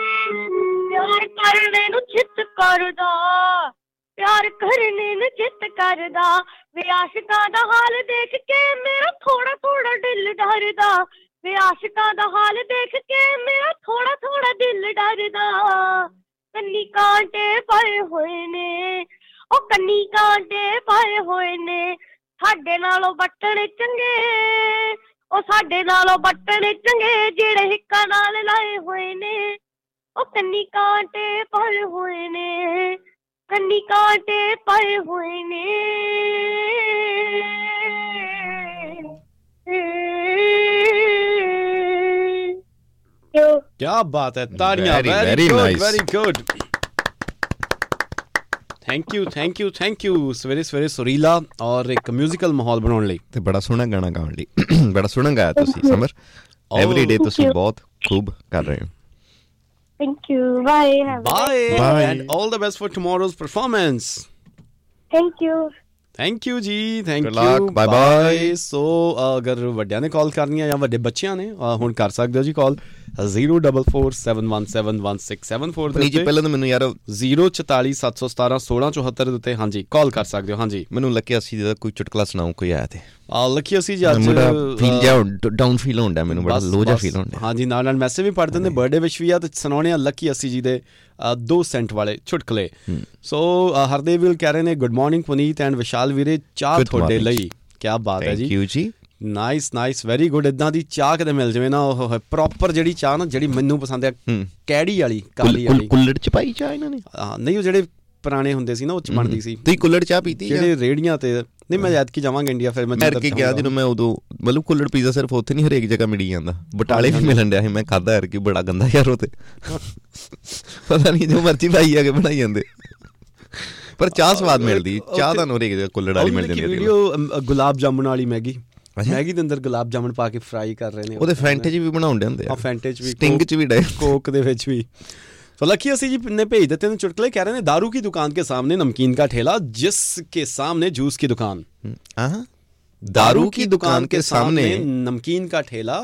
ਪਿਆਰ ਕਰਨੇ ਨੂੰ ਚਿੱਤ ਕਰਦਾ ਪਿਆਰ ਕਰਨੇ ਨੂੰ ਚਿੱਤ ਕਰਦਾ ਵੇ ਆਸ਼ਿਕਾਂ ਦਾ ਹਾਲ ਦੇਖ ਕੇ ਮੇਰਾ ਥੋੜਾ ਥੋੜਾ ਦਿਲ ਡਰਦਾ ਵੇ ਆਸ਼ਿਕਾਂ ਦਾ ਹਾਲ ਦੇਖ ਕੇ ਮੇਰਾ ਥੋੜਾ ਥੋੜਾ ਦਿਲ ਡਰਦਾ ਕੰਨੀ ਕਾਂਟੇ ਪਏ ਹੋਏ ਨੇ ਉਹ ਕੰਨੀ ਕਾਂਟੇ ਪਾਏ ਹੋਏ ਨੇ ਸਾਡੇ ਨਾਲੋਂ ਬੱਟਣ ਚੰਗੇ ਉਹ ਸਾਡੇ ਨਾਲੋਂ ਬੱਟਣ ਚੰਗੇ ਜਿਹੜੇ ਹਿੱਕਾਂ ਨਾਲ ਲਾਏ ਹੋਏ ਨੇ ਉਹ ਕੰਨੀ ਕਾਂਟੇ ਪਾਏ ਹੋਏ ਨੇ ਕੰਨੀ ਕਾਂਟੇ ਪਾਏ ਹੋਏ ਨੇ
ਕੀ ਬਾਤ ਹੈ ਤਾੜੀਆਂ
Very,
very
very
good
nice.
Very good thank you thank you thank you ਸਵੇਰੇ ਸਵੇਰੇ ਸੁਰੀਲਾ ਔਰ ਇੱਕ ਮਿਊਜ਼ੀਕਲ ਮਾਹੌਲ ਬਣਾਉਣ ਲਈ
ਤੇ ਬੜਾ ਸੋਹਣਾ ਗਾਣਾ ਗਾਉਣ ਲਈ ਬੜਾ ਸੋਹਣਾ ਗਾਇਆ ਤੁਸੀਂ ਸਮਰ ਐਵਰੀ ਡੇ ਤੁਸੀਂ ਬਹੁਤ ਖੂਬ ਕਰ ਰਹੇ ਹੋ
thank you bye
bye
Bye.
And 올 the best for tomorrow's performance
thank you
thank you ਜੀ thank
Good luck,
you
bye bye.
So ਅਗਰ ਵੱਡਿਆਂ ਨੇ ਕਾਲ ਕਰਨੀ ਹੈ ਜਾਂ ਵੱਡੇ ਬੱਚਿਆਂ ਨੇ ਅ, ਹੁਣ ਕਰ ਸਕਦੇ ਹੋ ਜੀ ਕਾਲ 0447171674 ਦੇ
ਨਹੀਂ ਜੀ
ਉੱਤੇ
ਪਹਿਲਾਂ ਤਾਂ ਮੈਨੂੰ ਯਾਰ
0447171674 ਦੇ ਉੱਤੇ ਹਾਂਜੀ ਕਾਲ ਕਰ ਸਕਦੇ ਹੋ ਹਾਂਜੀ
ਮੈਨੂੰ ਲੱਗਿਆ ਸੀ ਜਿਹਦਾ ਕੋਈ ਚੁਟਕਲਾ ਸੁਣਾਉ ਕੋਈ ਆਇਆ ਤੇ
ਆ ਲੱਕੀ ਅਸੀਂ ਜੀ ਅੱਜ
ਮੇਰਾ
ਅ,
ਫੀਲ ਜਾ ਡਾਊਨ ਫੀਲ ਹੁੰਦਾ ਮੈਨੂੰ ਬੜਾ
ਬਸ,
ਲੋ ਜਾ
ਬਸ।
ਫੀਲ ਹੁੰਦਾ
ਹਾਂਜੀ ਨਾਲ ਨਾਲ ਮੈਸੇਜ ਵੀ ਪੜ੍ਹ ਦਿੰਦੇ ਬਰਥਡੇ ਵਿਸ਼ ਵੀ ਆ ਤੇ ਸੁਣਾਉਣੇ ਆ ਲੱਕੀ ਅਸੀਂ ਜੀ ਦੇ 2 ਸੈਂਟ ਵਾਲੇ ਚੁਟਕਲੇ ਸੋ ਅ, ਹਰਦੇਵ ਵੀਲ ਕਹਿ ਰਹੇ ਨੇ good morning Puneet and Vishal ਵੀਰੇ ਚਾਹ
Good
ਤੁਹਾਡੇ
morning
ਲਈ ਕੀ ਬਾਤ ਹੈ
ਥੈਂਕ
ਜੀ
ਯੂ ਜੀ
ਨਾਈਸ ਨਾਈਸ ਵੈਰੀ ਗੁੱਡ ਇਦਾਂ ਦੀ ਚਾਹ ਕਿਤੇ ਮਿਲ ਜਵੇ ਨਾ ਉਹ ਪ੍ਰੋਪਰ ਜਿਹੜੀ ਚਾਹ ਨਾ ਜਿਹੜੀ ਮੈਨੂੰ ਪਸੰਦ ਆ
ਹੂੰ।
ਕੈੜੀ ਵਾਲੀ ਕਾਲੀ
ਕੁੱਲ-
ਵਾਲੀ
ਕੁੱਲੜ ਚ ਪਾਈ ਚਾਹ ਇਹਨਾਂ ਨੇ
ਹਾਂ, ਨਹੀਂ ਉਹ ਜਿਹੜੇ ਪੁਰਾਣੇ ਹੁੰਦੇ ਸੀ ਨਾ ਉਹ ਚ ਬਣਦੀ ਸੀ
ਤੁਸੀਂ ਕੁੱਲੜ ਚਾਹ ਪੀਤੀ ਜਾਂ
ਜਿਹੜੇ ਰੇੜੀਆਂ ਤੇ ਨਹੀਂ ਮੈਂ ਯਾਦ ਕੀ ਜਾਵਾਂਗਾ ਇੰਡੀਆ ਫਿਰ ਮੈਂ
ਮੈਂ
ਜਦੋਂ
ਅਰਕੇ ਗਿਆ
ਜਾਊਂਗਾ।
ਜਦੋਂ ਮੈਂ ਉਦੋਂ ਮਤਲਬ ਕੁੱਲੜ ਪੀਜ਼ਾ ਸਿਰਫ ਉੱਥੇ ਨਹੀਂ ਹਰੇਕ ਜਗ੍ਹਾ ਮਿਲੀ ਜਾਂਦਾ ਬਟਾਲੇ ਵੀ ਮਿਲਣ ਡਿਆ ਸੀ ਮੈਂ ਖਾਦਾ ਅਰਕੇ ਬੜਾ ਗੰਦਾ ਯਾਰ ਉਹ ਤੇ ਪਤਾ ਨਹੀਂ ਜੋ ਮਰਜ਼ੀ ਭਾਈ ਆ ਕੇ ਬਣਾਈ ਜਾਂਦੇ ਪਰ ਚਾਹ ਸਵਾਦ ਮਿਲਦੀ ਚਾਹ ਤੁਹਾਨੂੰ ਹਰੇਕ ਜਗ੍ਹਾ ਕੁੱਲੜ ਵਾਲੀ ਮਿਲ ਜਾਂਦੀ ਹੈ ਤਕਰੀਬਨ।
ਵੀਡੀਓ ਗੁਲਾਬ ਜਾਮਣ ਵਾਲੀ ਮੈਗੀ ਮੈਗੀ ਦੇ ਅੰਦਰ ਗੁਲਾਬ ਜਾਮਣ ਪਾ ਕੇ ਫਰਾਈ ਕਰ ਰਹੇ ਨੇ
ਉਹਦੇ ਫੈਂਟੇ ਚ ਵੀ ਬਣਾਉਂਦੇ ਹੁੰਦੇ ਆ
ਹਾਂ, ਫੈਂਟੇ ਚ ਵੀ,
ਸਟਿੰਗ
ਕੋਕ-
ਚ ਵੀ ਡੇ
ਕੋਕ ਦੇ ਵਿੱਚ ਵੀ तो लकी असी जी ने भेज देते हैं चुटकुले कह रहे हैं दारू की दुकान के सामने नमकीन का ठेला जिसके सामने जूस की दुकान
ਆਹਾਂ
दारू की दुकान के सामने हम्म।
ਸਾਹਮਣੇ
नमकीन का ठेला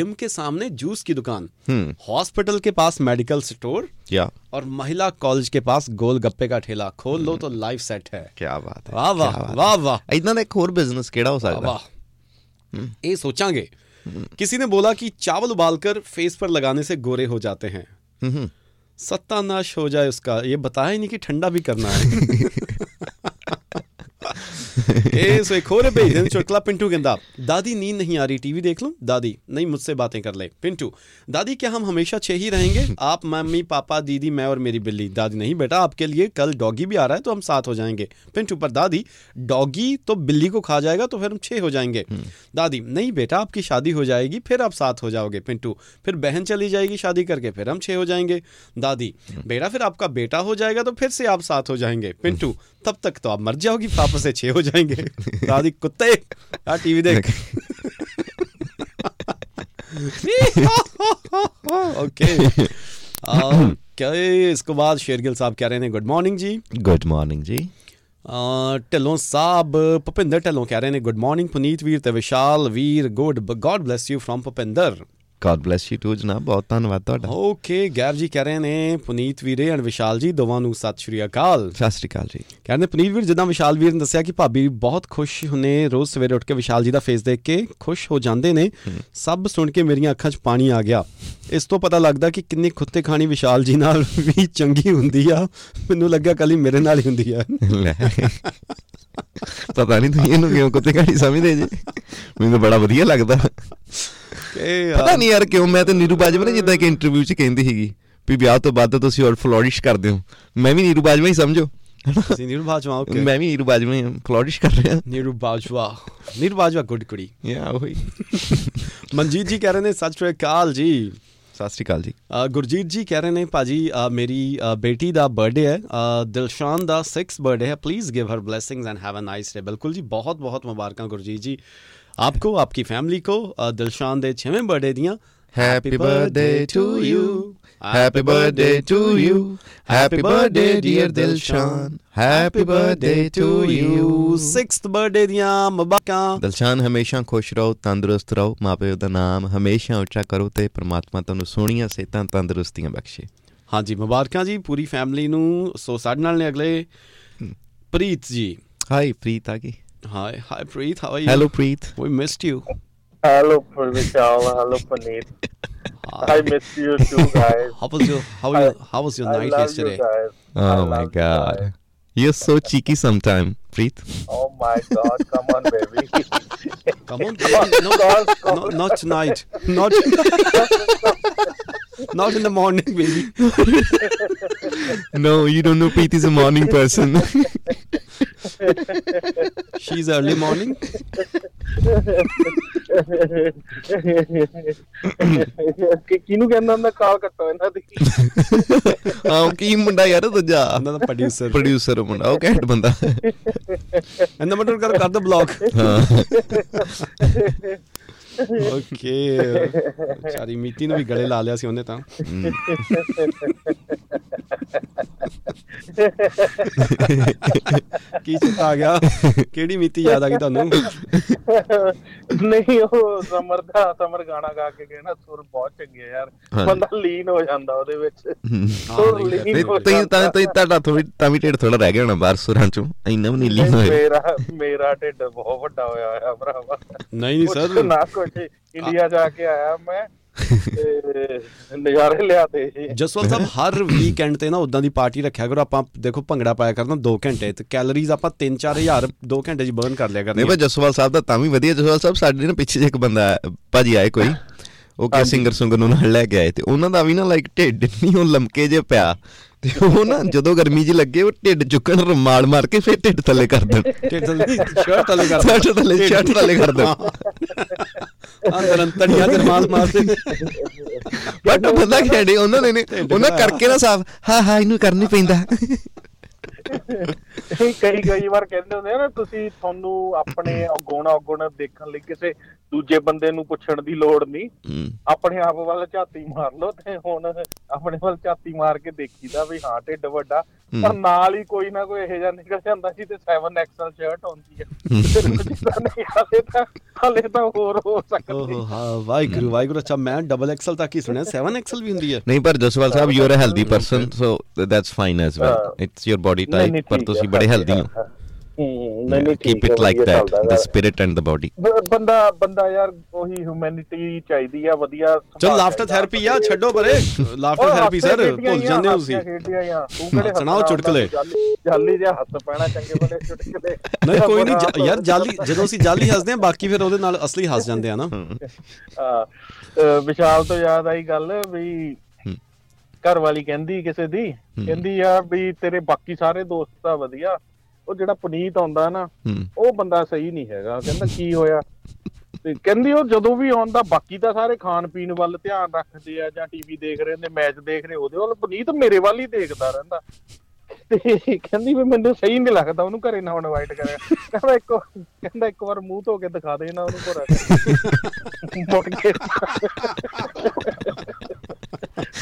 जिम के सामने जूस की दुकान
हम्म।
हॉस्पिटल के पास मेडिकल स्टोर
ਯਾ
और महिला कॉलेज के पास गोलगप्पे का ठेला खोल लो तो लाइफ सेट है
ਕੀ ਬਾਤ ਹੈ
वाह वाह वाह वाह
ਇਦਾਂ ਦਾ ਇੱਕ ਹੋਰ ਬਿਜ਼ਨਸ ਕਿਹੜਾ ਹੋ ਸਕਦਾ
वाह ये सोचेंगे किसी ने बोला कि चावल उबालकर फेस पर लगाने से गोरे हो जाते हैं
ਹੂੰ ਹੂੰ
सत्तानाश हो जाए उसका ये बताया ही नहीं कि ठंडा भी करना है ए सो एक और है भेज देना चुटकुला पिंटू कहता दादी नींद नहीं आ रही टीवी देख लूं दादी नहीं मुझसे बातें कर ले पिंटू दादी क्या हम हमेशा छह ही रहेंगे आप मम्मी पापा दीदी मैं और मेरी बिल्ली दादी नहीं बेटा आपके लिए कल डॉगी भी आ रहा है तो हम साथ हो जाएंगे पिंटू पर दादी डॉगी तो बिल्ली को खा जाएगा तो फिर हम छह हो जाएंगे दादी नहीं बेटा आपकी शादी हो जाएगी फिर आप साथ हो जाओगे पिंटू फिर बहन चली जाएगी शादी करके फिर हम छह हो जाएंगे दादी बेटा फिर आपका बेटा हो जाएगा तो फिर से आप साथ हो जाएंगे पिंटू तब तक तो आप मर जाओगी पापा से छह हो जाएंगे दादी कुत्ते आ टीवी देख ओके आ, क्या ये- इसको बाद शेरगिल साहब कह रहे हैं गुड मॉर्निंग जी
ਗੁੱਡ ਮਾਰਨਿੰਗ ਜੀ
ਅ, ਢਿੱਲੋਂ ਸਾਹਿਬ ਭੁਪਿੰਦਰ ਢਿੱਲੋਂ ਕਹਿ ਰਹੇ ਨੇ ਗੁੱਡ ਮਾਰਨਿੰਗ ਪੁਨੀਤ ਵੀਰ ਤੇ ਵਿਸ਼ਾਲ ਵੀਰ good God bless you from Bhupinder
God bless you too ਜਨਾਬ ਬਹੁਤ ਧੰਨਵਾਦ ਤੁਹਾਡਾ
ਓਕੇ ਗੈਰ ਜੀ ਕਹਿ ਰਹੇ ਨੇ ਪੁਨੀਤ ਵੀਰੇ ਐਂਡ ਵਿਸ਼ਾਲ ਜੀ ਦੋਵਾਂ ਨੂੰ ਸਤਿ ਸ਼੍ਰੀ ਅਕਾਲ
ਸਤਿ ਸ਼੍ਰੀ ਅਕਾਲ ਜੀ
ਕਹਿੰਦੇ ਪੁਨੀਤ ਵੀਰ ਜਿੱਦਾਂ ਵਿਸ਼ਾਲ ਵੀਰ ਨੇ ਦੱਸਿਆ ਕਿ ਭਾਬੀ ਬਹੁਤ ਖੁਸ਼ ਹੁੰਨੇ ਰੋਜ਼ ਸਵੇਰੇ ਉੱਠ ਕੇ ਵਿਸ਼ਾਲ ਜੀ ਦਾ ਫੇਸ ਦੇਖ ਕੇ ਖੁਸ਼ ਹੋ ਜਾਂਦੇ ਨੇ ਸਭ ਸੁਣ ਕੇ ਮੇਰੀਆਂ ਅੱਖਾਂ 'ਚ ਪਾਣੀ ਆ ਗਿਆ ਇਸ ਤੋਂ ਪਤਾ ਲੱਗਦਾ ਕਿ ਕਿੰਨੀ ਖੁੱਤੇ ਖਾਣੀ ਵਿਸ਼ਾਲ ਜੀ ਨਾਲ ਵੀ ਚੰਗੀ ਹੁੰਦੀ ਆ ਮੈਨੂੰ ਲੱਗਾ ਕੱਲੀ ਮੇਰੇ ਨਾਲ ਹੀ ਹੁੰਦੀ ਆ
ਲੈ। ਪਤਾ ਨਹੀਂ ਤੁਸੀਂ ਇਹਨੂੰ ਕਿਉਂ ਕੁੱਤੇ ਘਾੜੀ ਸਮਝਦੇ ਜੀ ਮੈਨੂੰ ਤਾਂ ਬੜਾ ਵਧੀਆ ਲੱਗਦਾ
ਏ
ਪਤਾ ਨਹੀਂ ਯਾਰ ਕਿਉਂ ਮੈਂ ਤਾਂ ਨੀਰੂ ਬਾਜਵਾ ਨੇ ਜਿੱਦਾਂ ਕਿ ਇੰਟਰਵਿਊ 'ਚ ਕਹਿੰਦੀ ਸੀਗੀ ਵੀ ਵਿਆਹ ਤੋਂ ਬਾਅਦ ਤਾਂ ਤੁਸੀਂ ਹੋਰ ਫਲੋਰਿਸ਼ ਕਰਦੇ ਹੋ ਮੈਂ ਵੀ ਨੀਰੂ ਬਾਜਵਾ ਹੀ ਸਮਝੋ
ਤੁਸੀਂ ਨੀਰੂ ਬਾਜਵਾ ਓਕੇ
ਮੈਂ ਵੀ ਨੀਰੂ ਬਾਜਵਾ ਹੀ ਹਾਂ, ਫਲੋਰਿਸ਼ ਕਰ ਰਿਹਾ
ਨੀਰੂ ਬਾਜਵਾ ਨੀਰੂ ਬਾਜਵਾ ਗੁੱਡ ਕੁੜੀ
ਯਾ ਉਹੀ
ਮਨਜੀਤ ਜੀ ਕਹਿ ਰਹੇ ਨੇ ਸਤਿ ਸ਼੍ਰੀ ਅਕਾਲ ਜੀ
ਸਤਿ ਸ਼੍ਰੀ ਅਕਾਲ ਜੀ
ਅ, ਗੁਰਜੀਤ ਜੀ ਕਹਿ ਰਹੇ ਨੇ ਭਾਜੀ ਅ, ਮੇਰੀ ਅ, ਬੇਟੀ ਦਾ ਬਰਥਡੇ ਹੈ ਅ, ਦਿਲਸ਼ਾਨ ਦਾ 6th ਬਰਥਡੇ ਹੈ please give her blessings and have a nice day ਬਿਲਕੁਲ ਜੀ ਬਹੁਤ ਬਹੁਤ ਮੁਬਾਰਕਾਂ ਗੁਰਜੀਤ ਜੀ ਆਪਕੋ ਆਪਕੀ ਫੈਮਿਲੀ ਕੋ ਅ, ਦਿਲਸ਼ਾਨ ਦੇ 6ਵੇਂ ਬਰਥਡੇ ਦੀਆਂ
Happy birthday to you. Happy birthday to you happy birthday dear Dilshan happy birthday to you
6th birthday ਦੀਆਂ ਮੁਬਾਰਕਾਂ
ਦਿਲਸ਼ਾਨ ਹਮੇਸ਼ਾ ਖੁਸ਼ ਰਹੋ ਤੰਦਰੁਸਤ ਰਹੋ ਮਾਪਿਓ ਦਾ ਨਾਮ ਹਮੇਸ਼ਾ ਉੱਚਾ ਕਰੋ ਤੇ ਪ੍ਰਮਾਤਮਾ ਤੁਹਾਨੂੰ ਸੋਹਣੀਆਂ ਸਿਹਤਾਂ ਤੰਦਰੁਸਤੀਆਂ ਬਖਸ਼ੇ
ਹਾਂਜੀ ਮੁਬਾਰਕਾਂ ਜੀ ਪੂਰੀ ਫੈਮਿਲੀ ਨੂੰ ਸੋ ਸਾਡੇ ਨਾਲ ਨੇ ਅਗਲੇ ਪ੍ਰੀਤ ਜੀ
ਹਾਈ ਪ੍ਰੀਤ ਆ ਗਈ
hi hi Preet how are you
hello Preet
we missed you
Hello, Vishal. Hello, Puneet. I miss you too, guys.
How was your how how was your
I
night
love you
yesterday
guys. I
Oh my
love you
god.
guys.
You're so cheeky sometime, Preet.
Oh my god. Come on, baby.
Come on, baby. No,
Call, call.
no, not tonight. Not, not in the morning, baby.
No, you don't know Preet is a morning person.
She's early morning.
ਕਿ ਕਿਹਨੂੰ ਕਹਿੰਦਾ ਹੁੰਦਾ ਕਾਲ ਕੱਟੋ ਇਹਨਾਂ ਦੀ
ਆਹ ਕੀ ਮੁੰਡਾ ਯਾਰ ਦੂਜਾ
ਉਹਨਾਂ ਦਾ producer.
ਪ੍ਰੋਡਿਊਸਰ ਮੁੰਡਾ ਉਹ ਘੈਂਟ ਬੰਦਾ
And the motor ਕਰ ਕਰ ਦੋ block.
ਹਾਂ
Okay. ਚਾਰੀ ਮੀਤੀ ਨੂੰ ਵੀ ਗਲੇ ਲਾ ਲਿਆ ਸੀ ਉਹਨੇ ਤਾਂ ਕੀ ਚਿੰਤਾ ਆ ਗਿਆ ਕਿਹੜੀ ਮੀਤੀ ਯਾਦ ਆ ਗਈ ਤੁਹਾਨੂੰ
ਨਹੀਂ ਉਹ ਸਮਰ ਦਾ ਸਮਰ ਗਾਣਾ ਗਾ ਕੇ ਗਏ ਨਾ ਸੁਰ ਬਹੁਤ ਚੰਗੇ ਆ ਯਾਰ
ਹਾਂਜੀ।
ਬੰਦਾ ਲੀਨ ਹੋ ਜਾਂਦਾ ਉਹਦੇ ਵਿੱਚ
ਹਾਂ, ਨਹੀਂ ਯਾਰ,
ਤੇ
ਹੋ
ਤੈਨੂੰ
ਜਾਂਦਾ।
ਤਾਂ ਤੈਨੂੰ ਤੁਹਾਡਾ ਥੋੜੀ ਤਾਂ ਵੀ ਢੇਡ ਥੋੜਾ ਰਹਿ ਗਿਆ ਹੋਣਾ ਬਾਹਰ ਸੁਰਾਂ ਚੋਂ ਇੰਨਾ ਵੀ ਨਹੀਂ ਲੀਨ ਹੋਇਆ
ਮੇਰਾ ਮੇਰਾ ਢਿੱਡ ਬਹੁਤ ਵੱਡਾ ਹੋਇਆ ਹੋਇਆ ਭਰਾਵਾ
ਨਹੀਂ ਨਹੀਂ
ਕੁਛ
ਸਰ
ਨਾ ਕੁਛ ਇੰਡੀਆ ਜਾ ਕੇ ਆਇਆ ਮੈਂ ਤੇ ਨਜ਼ਾਰੇ ਲਿਆਤੇ ਜੀ
ਜਸਵੰਤ ਸਾਹਿਬ ਹਰ ਵੀਕਐਂਡ ਤੇ ਨਾ ਉਦਾਂ ਦੀ ਪਾਰਟੀ ਰੱਖਿਆ ਕਰੋ ਆਪਾਂ ਦੇਖੋ ਭੰਗੜਾ ਪਾਇਆ ਕਰਨਾ 2 ਘੰਟੇ ਤੇ ਕੈਲਰੀਜ਼ ਆਪਾਂ 3-4000 2 ਘੰਟੇ ਜੀ ਬਰਨ ਕਰ ਲਿਆ
ਨਹੀਂ ਪਰ
ਕਰਨੀ
ਜਸਵਾਲ ਸਾਹਿਬ ਦਾ ਤਾਂ ਵੀ ਵਧੀਆ ਜਸਵਾਲ ਸਾਹਿਬ ਸਾਡੇ ਨਾ ਪਿੱਛੇ ਜਿਹੇ ਇੱਕ ਬੰਦਾ ਆਇਆ- ਭਾਜੀ ਆਏ ਕੋਈ ਉਹ ਕਿ ਸਿੰਗਰ ਸੁੰਗਰ ਨੂੰ ਨਾਲ ਲੈ ਕੇ ਆਏ ਤੇ ਉਹਨਾਂ ਦਾ ਵੀ ਨਾ ਲਾਈਕ ਢਿੱਡ ਨਹੀਂ ਉਹ ਲਮਕੇ ਜੇ ਪਿਆ ਤੇ ਉਹ ਨਾ ਜਦੋਂ ਗਰਮੀ ਜੀ ਲੱਗੇ ਉਹ ਢਿੱਡ ਚੁੱਕਣ ਰੁਮਾਲ ਮਾਰ ਕੇ ਫਿਰ ਢਿੱਡ ਥੱਲੇ ਕਰ ਦੇਣ
ਸ਼ਰਟ ਥੱਲੇ ਕਰ
ਸ਼ਰਟ ਥੱਲੇ ਸ਼ਰਟ ਥੱਲੇ ਕਰ ਦੇਣ
ਅੰਦਰ ਅੰਤੜੀਆਂ ਤੇ ਮਾਲ ਮਾਰਦੇ
ਬਟ ਉਹ ਬੰਦਾ ਖੇੜੇ ਉਹਨਾਂ ਨੇ ਨੇ- ਉਹਨਾਂ ਕਰਕੇ ਨਾ ਸਾਫ ਹਾਂ ਹਾਂ ਇਹਨੂੰ ਕਰਨੀ ਪੈਂਦਾ
ਨਹੀਂ, ਕਈ ਕਈ ਵਾਰ ਕਹਿੰਦੇ ਹੁੰਦੇ ਆ ਨਾ ਤੁਸੀਂ ਤੁਹਾਨੂੰ ਆਪਣੇ ਔਗੁਣਾ ਔਗੁਣ ਦੇਖਣ ਲਈ ਕਿਸੇ ਦੂਜੇ ਬੰਦੇ ਨੂੰ ਪੁੱਛਣ ਦੀ ਲੋੜ ਨਹੀਂ
ਹਮ,
ਆਪਣੇ ਆਪ ਵੱਲ ਝਾਤੀ ਮਾਰ ਲਓ ਤੇ ਹੁਣ ਆਪਣੇ ਵੱਲ ਝਾਤੀ ਮਾਰ ਕੇ ਦੇਖੀਦਾ ਵੀ ਹਾਂ ਢਿੱਡ ਵੱਡਾ ਪਰ
ਹਮ।
ਨਾਲ ਹੀ ਕੋਈ ਨਾ ਕੋਈ ਇਹੋ ਜਿਹਾ ਨਿਕਲ ਜਾਂਦਾ ਸੀ ਤੇ 7 ਐਕਸਲ ਸ਼ਰਟ ਆਉਂਦੀ ਹੈ ਤੇ ਜਿਹਦਾ ਨਹੀਂ ਹਾਲੇ ਤਾਂ ਹਾਲੇ ਤਾਂ ਹੋਰ ਹੋ ਸਕਦੀ
ਓਹੋ ਹਾਂ ਵਾਹਿਗੁਰੂ ਵਾਹਿਗੁਰੂ ਅੱਛਾ ਮੈਂ ਡਬਲ ਐਕਸਲ ਤੱਕ ਹੀ ਸੁਣਿਆ 7 ਐਕਸਲ ਵੀ ਹੁੰਦੀ ਹੈ
ਨਹੀਂ ਪਰ Jaswal Sahib you are a healthy person so that's fine as well
ਹਾਂ।
ਇਟਸ ਯੂਰ ਬਾਡੀ ਟਾਈਪ ਪਰ ਤੁਸੀਂ ਬੜੇ ਹੈਲਦੀ ਹੋ
ਹੂੰ ਨਹੀਂ ਨਹੀਂ
keep it like that the spirit and the body
ਬੰਦਾ ਬੰਦਾ ਯਾਰ ਉਹੀ ਹਿਊਮੈਨਿਟੀ ਚਾਹੀਦੀ ਆ ਵਧੀਆ
ਚਲ ਲਾਫਟਰ ਥੈਰੇਪੀ ਆ ਛੱਡੋ ਪਰੇ ਲਾਫਟਰ ਥੈਰੇਪੀ ਸਰ ਭੁੱਲ ਜਾਂਦੇ ਹੋ ਤੁਸੀਂ ਸੁਣਾਓ ਚੁਟਕੁਲੇ।
ਜਾਲੀ ਜਿਹਾ ਹੱਥ ਪੈਣਾ ਚੰਗੇ ਬੜੇ ਚੁਟਕਲੇ
ਨਹੀਂ ਕੋਈ ਨਹੀਂ ਜ- ਯਾਰ ਜਾਲੀ ਜਦੋਂ ਅਸੀਂ ਜਾਲੀ ਹੱਸਦੇ ਆ ਬਾਕੀ ਫਿਰ ਉਹਦੇ ਨਾਲ ਅਸਲੀ ਹੱਸ ਜਾਂਦੇ ਆ ਨਾ
ਹਾਂ, ਅਹ ਵਿਸ਼ਾਲ ਤੋਂ ਯਾਦ ਆਈ ਗੱਲ ਵੀ ਘਰ ਵਾਲੀ ਕਹਿੰਦੀ ਕਿਸੇ ਦੀ ਕਹਿੰਦੀ ਯਾਰ ਵੀ ਤੇਰੇ ਬਾਕੀ ਸਾਰੇ ਦੋਸਤ ਤਾਂ ਵਧੀਆ ਉਹ ਜਿਹੜਾ ਪੁਨੀਤ ਆਉਂਦਾ ਨਾ
ਹੂੰ।
ਉਹ ਬੰਦਾ ਸਹੀ ਨਹੀਂ ਹੈਗਾ ਕਹਿੰਦਾ ਕੀ ਹੋਇਆ ਤੇ ਕਹਿੰਦੀ ਉਹ ਜਦੋਂ ਵੀ ਆਉਂਦਾ ਬਾਕੀ ਤਾਂ ਸਾਰੇ ਖਾਣ ਪੀਣ ਵੱਲ ਧਿਆਨ ਰੱਖਦੇ ਆ ਜਾਂ ਟੀਵੀ ਦੇਖ ਰਹੇ ਨੇ ਮੈਚ ਦੇਖ ਰਹੇ ਉਹਦੇ ਵੱਲ ਪੁਨੀਤ ਮੇਰੇ ਵੱਲ ਹੀ ਦੇਖਦਾ ਰਹਿੰਦਾ ਤੇ ਕਹਿੰਦੀ ਵੀ ਮੈਨੂੰ ਸਹੀ ਨਹੀਂ ਲੱਗਦਾ ਉਹਨੂੰ ਘਰੇ ਨਾ ਹੁਣ ਇਨਵਾਈਟ ਕਰਿਆ ਕਹਿੰਦਾ ਇੱਕ ਵਾਰ- ਕਹਿੰਦਾ ਇੱਕ ਵਾਰ ਮੂੰਹ ਧੋ ਕੇ ਦਿਖਾ ਦੇ ਨਾ ਉਹਨੂੰ ਘਰੇ ਮੁੜ ਕੇ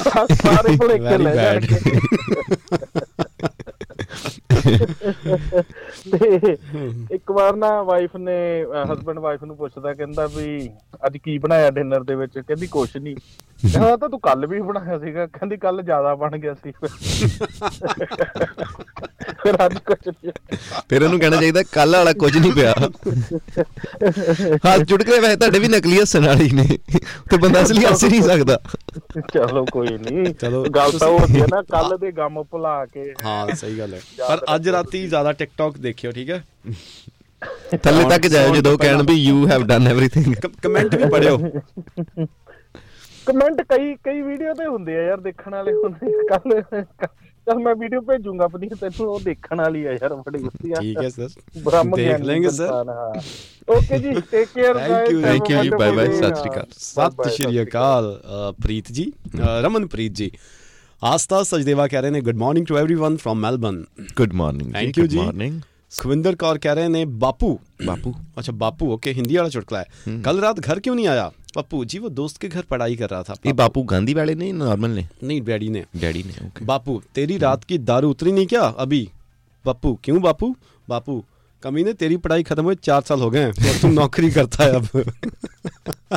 ਸਾਰੇ ਭੁਲੇਖੇ
Very
ਲੈ
bad.
ਜਾਣਗੇ ਤੇ ਇੱਕ ਵਾਰ ਨਾ ਵਾਈਫ ਨੇ ਹਸਬੰਡ ਵਾਈਫ ਨੂੰ ਪੁੱਛਦਾ ਕਹਿੰਦਾ ਵੀ ਅੱਜ ਕੀ ਬਣਾਇਆ ਡਿਨਰ ਦੇ ਵਿੱਚ ਕਹਿੰਦੀ ਕੁਛ ਨਹੀਂ ਕਹਿੰਦਾ ਤਾਂ ਤੂੰ ਕੱਲ ਵੀ ਬਣਾਇਆ ਸੀਗਾ ਕਹਿੰਦੀ ਕੱਲ ਜ਼ਿਆਦਾ ਬਣ ਗਿਆ ਸੀ ਫਿਰ ਅੱਜ ਕੁਛ ਨਹੀਂ
ਫਿਰ ਉਹਨੂੰ ਕਹਿਣਾ ਚਾਹੀਦਾ ਕੱਲ ਵਾਲਾ ਕੁਝ ਨਹੀਂ ਪਿਆ ਹੱਥ ਜੁੜ ਕੇ ਵੈਸੇ ਤੁਹਾਡੇ ਵੀ ਨਕਲੀ ਹੱਸਣ ਵਾਲੇ ਹੀ ਨੇ ਤੇ ਬੰਦਾ ਅਸਲੀ ਹੱਸ ਹੀ ਨਹੀਂ ਸਕਦਾ
ਚਲੋ ਕੋਈ ਨਹੀਂ
ਚਲੋ,
ਗੱਲ ਤਾਂ ਉਹ ਹੁੰਦੀ ਹੈ ਨਾ ਕੱਲ ਦੇ ਗਮ ਭੁਲਾ ਕੇ
ਹਾਂ ਸਹੀ ਗੱਲ ਹੈ ਪਰ ਅੱਜ ਰਾਤੀ ਜ਼ਿਆਦਾ ਟਿਕਟੌਕ ਦੇਖਿਓ ਠੀਕ ਹੈ
ਥੱਲੇ ਤੱਕ ਜਾਇਓ ਜਦੋਂ ਉਹ ਕਹਿਣ ਵੀ you have done everything
comment ਵੀ ਪੜਿਓ
ਕਮੈਂਟ ਕਈ ਕਈ ਵੀਡੀਓ ਤੇ ਹੁੰਦੇ ਆ ਯਾਰ ਦੇਖਣ ਵਾਲੇ ਹੁੰਦੇ ਕੱਲ ਚਲ ਮੈਂ ਵੀਡੀਓ ਭੇਜੂੰਗਾ ਆਪਣੀ ਤੈਨੂੰ ਉਹ ਦੇਖਣ ਵਾਲੀ ਆ ਯਾਰ ਬੜੀ ਵਧੀਆ
ਠੀਕ ਹੈ ਸਰ
ਬ੍ਰਹਮ
ਦੇਖ
ਗਿਆਨੀ
ਲੈਂਗੇ sir।
ਇਨਸਾਨ, ਹਾਂ ਓਕੇ ਜੀ take care
Thank you, thank
you ਜੀ, bye bye, ਸਤਿ ਸ਼੍ਰੀ ਅਕਾਲ।
ਸਤਿ ਸ਼੍ਰੀ ਅਕਾਲ ਅ, ਪ੍ਰੀਤ ਜੀ ਅ, ਰਮਨਪ੍ਰੀਤ ਜੀ ਆਸਤਾ ਸਜਦੇਵਾ ਕਹਿ ਰਹੇ ਨੇ good morning to everyone from Melbourne
good morning
Thank you ਜੀ। ਸੁਖਵਿੰਦਰ ਕੌਰ ਕਹਿ ਰਹੇ ਨੇ ਬਾਪੂ
ਬਾਪੂ
हम्म। अच्छा बापू ओके हिंदी वाला चुटकुला है कल रात घर क्यों नहीं आया पप्पू जी वो दोस्त के घर पढ़ाई कर रहा था
ਇਹ ਬਾਪੂ ਗਾਂਧੀ ਵਾਲੇ ਨੇ ਨਾਰਮਲ ਨੇ
नहीं डैडी ने
ਡੈਡੀ ਨੇ ਓਕੇ
बापू तेरी रात की दारू उतरी नहीं क्या अभी बापू क्यों बापू बापू कमी ने तेरी पढ़ाई खत्म हुए चार साल हो गए हैं और तुम नौकरी करता है अब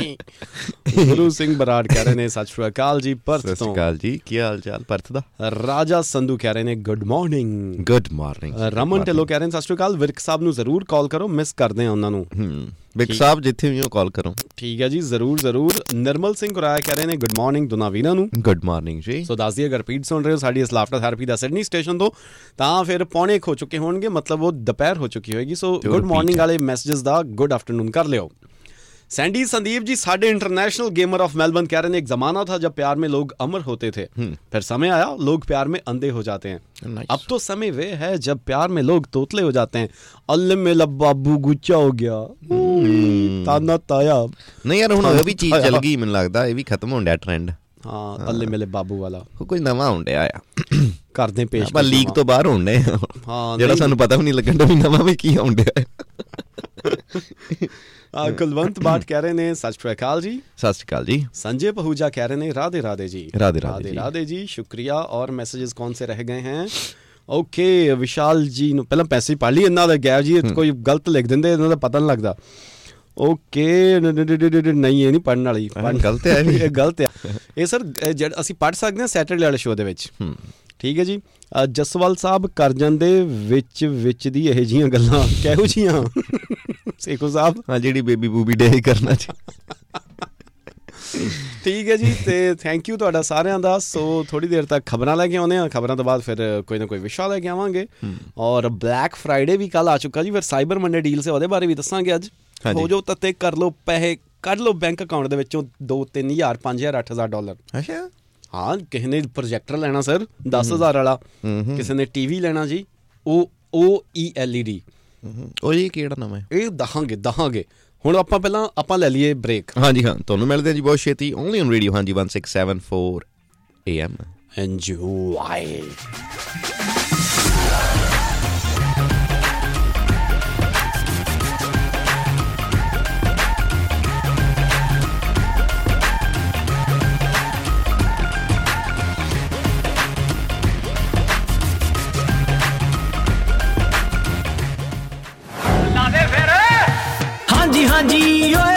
गुरु सिंह बराड़ कह रहे ने सत श्री अकाल जी
ਸਤਿ
पर्थ
ਸ਼੍ਰੀ
तो
ਅਕਾਲ ਜੀ ਕੀ ਹਾਲ ਚਾਲ ਪਰਥ ਦਾ
राजा संधू कह रहे ने good morning
good morning
Raman Dhillon ਕਹਿ ਰਹੇ ਨੇ ਸਤਿ ਸ਼੍ਰੀ ਅਕਾਲ ਵਿਰਕ ਸਾਹਿਬ ਨੂੰ ਜ਼ਰੂਰ ਕਾਲ ਕਰੋ ਮਿਸ ਕਰਦੇ ਆ ਉਹਨਾਂ ਨੂੰ
ਹੂੰ ਬਿਕ ਸਾਹਿਬ ਜਿੱਥੇ ਵੀ ਹੋ ਕਾਲ ਕਰੋ
ਠੀਕ ਹੈ ਜੀ ਜ਼ਰੂਰ ਜ਼ਰੂਰ ਨਿਰਮਲ ਸਿੰਘ ਗੁਰਾਇਆ ਕਹਿ ਰਹੇ ਨੇ ਗੁੱਡ ਮਾਰਨਿੰਗ ਦੁਨਾਵੀਨਾ ਨੂੰ
ਗੁੱਡ ਮਾਰਨਿੰਗ ਜੀ
ਸੋ ਦੱਸ ਦਈਏ ਅਗਰ ਰਿਪੀਟ ਸੁਣ ਰਹੇ ਹੋ ਸਾਡੀ ਇਸ ਲਾਫਟਰ ਥੈਰੇਪੀ ਦਾ ਸਿਡਨੀ ਸਟੇਸ਼ਨ ਤੋਂ ਤਾਂ ਫਿਰ ਪੌਣੇ ਕੁ ਹੋ ਚੁੱਕੇ ਹੋਣਗੇ ਮਤਲਬ ਉਹ ਦੁਪਹਿਰ ਹੋ ਚੁੱਕੀ ਹੋਏਗੀ ਸੋ
ਤੇ ਉਹ
ਗੁੱਡ
repeat
ਮਾਰਨਿੰਗ
ਹੈ।
ਵਾਲੇ ਮੈਸੇजेस ਦਾ ਗੁੱਡ ਆਫਟਰਨੂਨ ਕਰ ਲਿਓ ਸੈਂਡੀ ਸੰਦੀਪ ਜੀ ਸਾਡੇ ਇੰਟਰਨੈਸ਼ਨਲ ਗੇਮਰ ਆਫ ਮੈਲਬਨ ਕਹਿ ਰਹੇ ਨੇ ਇੱਕ ਜ਼ਮਾਨਾ ਥਾ ਜਬ ਪਿਆਰ में लोग अमर होते थे फिर समय आया लोग प्यार में अंधे हो जाते हैं
हम्म। Nice.
अब तो समय वे है जब प्यार में लोग तोतले हो जाते हैं अल्ले में लब्बाबू गुच्चा हो गया
हम्म।
ताना ताया हाँ,
ਨਹੀਂ ਯਾਰ ਹੁਣ ਉਹ ਵੀ ਚੀਜ਼ ਚੱਲ ਗਈ ਮੈਨੂੰ ਲੱਗਦਾ ਇਹ ਵੀ ਖਤਮ ਹੋਣ ਡਿਆ ਟ੍ਰੈਂਡ
हाँ अल्ले में लब्बाबू वाला
ਉਹ ਕੁਝ ਨਵਾਂ ਹੋਣ ਡਿਆ ਆ
करते पेश
ਆਪਾਂ ਲੀਗ ਤੋਂ ਬਾਹਰ ਹੋਣ ਡਏ ਆ
ਹਾਂ,
ਜਿਹੜਾ
ਨਹੀਂ।
ਸਾਨੂੰ ਪਤਾ ਵੀ ਨਹੀਂ ਲੱਗਣ ਦਾ ਵੀ ਨਵਾਂ ਵੀ ਕੀ ਆਉਣ ਡਿਆ ਹੈ।
आ, कुलवंत बाट कह रहे ने सत श्री अकाल जी
ਸਤਿ ਸ਼੍ਰੀ ਅਕਾਲ ਜੀ
संजय पहूजा कह रहे हैं राधे राधे जी
राधे राधे
राधे
जी।
राधे जी शुक्रिया और मैसेजेस कौन से रह गए हैं ओके विशाल जी ਨੂੰ ਪਹਿਲਾਂ ਪੈਸੇ ਹੀ ਪੜ ਲਈ ਇਹਨਾਂ ਦਾ ਗੈਪ ਜੀ ਇਹ ਕੋਈ ਗਲਤ ਲਿਖ ਦਿੰਦੇ ਇਹਨਾਂ ਦਾ ਪਤਾ ਨਹੀਂ ਲੱਗਦਾ ਓਕੇ ਨ- ਨ- ਨ- ਨ- ਨ- ਨਹੀਂ ਇਹ ਨਹੀਂ ਪੜਨ ਵਾਲੀ ਪੜ੍ਹਨ-
ਗਲਤ ਹੈ ਇਹ।
ਇਹ ਗਲਤ ਹੈ ਇਹ ਸਰ ਇਹ ਜਿਹੜਾ ਅਸੀਂ ਪੜ ਸਕਦੇ ਹਾਂ ਸੈਟਰਡੇ ਵਾਲੇ ਸ਼ੋਅ ਦੇ ਵਿੱਚ ਠੀਕ ਹੈ ਜੀ ਅ, ਜਸਵਾਲ ਸਾਹਿਬ ਕਰਜਨ ਦੇ ਵਿੱਚ ਵਿੱਚ ਦੀ ਇਹ ਜੀਆਂ ਗੱਲਾਂ ਕਿਹੋ ਜੀਆਂ ਸੇਖੋ ਸਾਹਿਬ
ਹਾਂ ਜਿਹੜੀ ਬੇਬੀ ਬੂਬੀ ਡੇ ਕਰਨਾ ਚ
ਠੀਕ ਹੈ ਜੀ ਤੇ ਥੈਂਕ ਯੂ ਤੁਹਾਡਾ ਸਾਰਿਆਂ ਦਾ ਸੋ ਥੋੜੀ ਦੇਰ ਤੱਕ ਖਬਰਾਂ ਲੈ ਕੇ ਆਉਂਦੇ ਆ ਖਬਰਾਂ ਤੋਂ ਬਾਅਦ ਫਿਰ ਕੋਈ ਨਾ ਕੋਈ ਵਿਸ਼ਾ ਲੈ ਕੇ ਆਵਾਂਗੇ ਔਰ ਬਲੈਕ ਫਰਾਈਡੇ ਵੀ ਕੱਲ ਆ ਚੁੱਕਾ ਜੀ ਫਿਰ ਸਾਈਬਰ ਮੰਡੇ ਡੀਲ ਸੇ ਉਹਦੇ ਬਾਰੇ ਵੀ ਦੱਸਾਂਗੇ ਅੱਜ
ਹਾਂਜੀ।
ਹੋ ਜਾਓ ਤੱਤੇ ਕਰ ਲਓ ਪੈਸੇ ਕੱਢ ਲਓ ਬੈਂਕ ਅਕਾਊਂਟ ਦੇ ਵਿੱਚੋਂ 2 3000 5000 8000 ਡਾਲਰ
ਅੱਛਾ
ਹਾਂ ਕਿਸੇ ਨੇ ਪ੍ਰੋਜੈਕਟਰ ਲੈਣਾ ਸਰ 10000 ਵਾਲਾ ਕਿਸੇ ਨੇ ਟੀਵੀ ਲੈਣਾ ਜੀ ਉਹ ਉਹ E ਈਐਲਈਡੀ
ਉਹ ਜੀ ਕਿਹੜਾ ਨਾਮ ਹੈ
ਇਹ ਦਹਾਂਗੇ ਦਹਾਂਗੇ ਹੁਣ ਆਪਾਂ ਪਹਿਲਾਂ ਆਪਾਂ ਲੈ ਲਈਏ ਬ੍ਰੇਕ
ਹਾਂਜੀ ਹਾਂ ਤੁਹਾਨੂੰ ਮਿਲਦੇ ਹਾਂ ਜੀ ਬਹੁਤ ਛੇਤੀ ਓਨਲੀ ਔਨ ਰੇਡੀਓ ਹਾਂਜੀ 1674 AM
Enjoy.
ਹਾਂਜੀ ਹਾਂਜੀ ਓਏ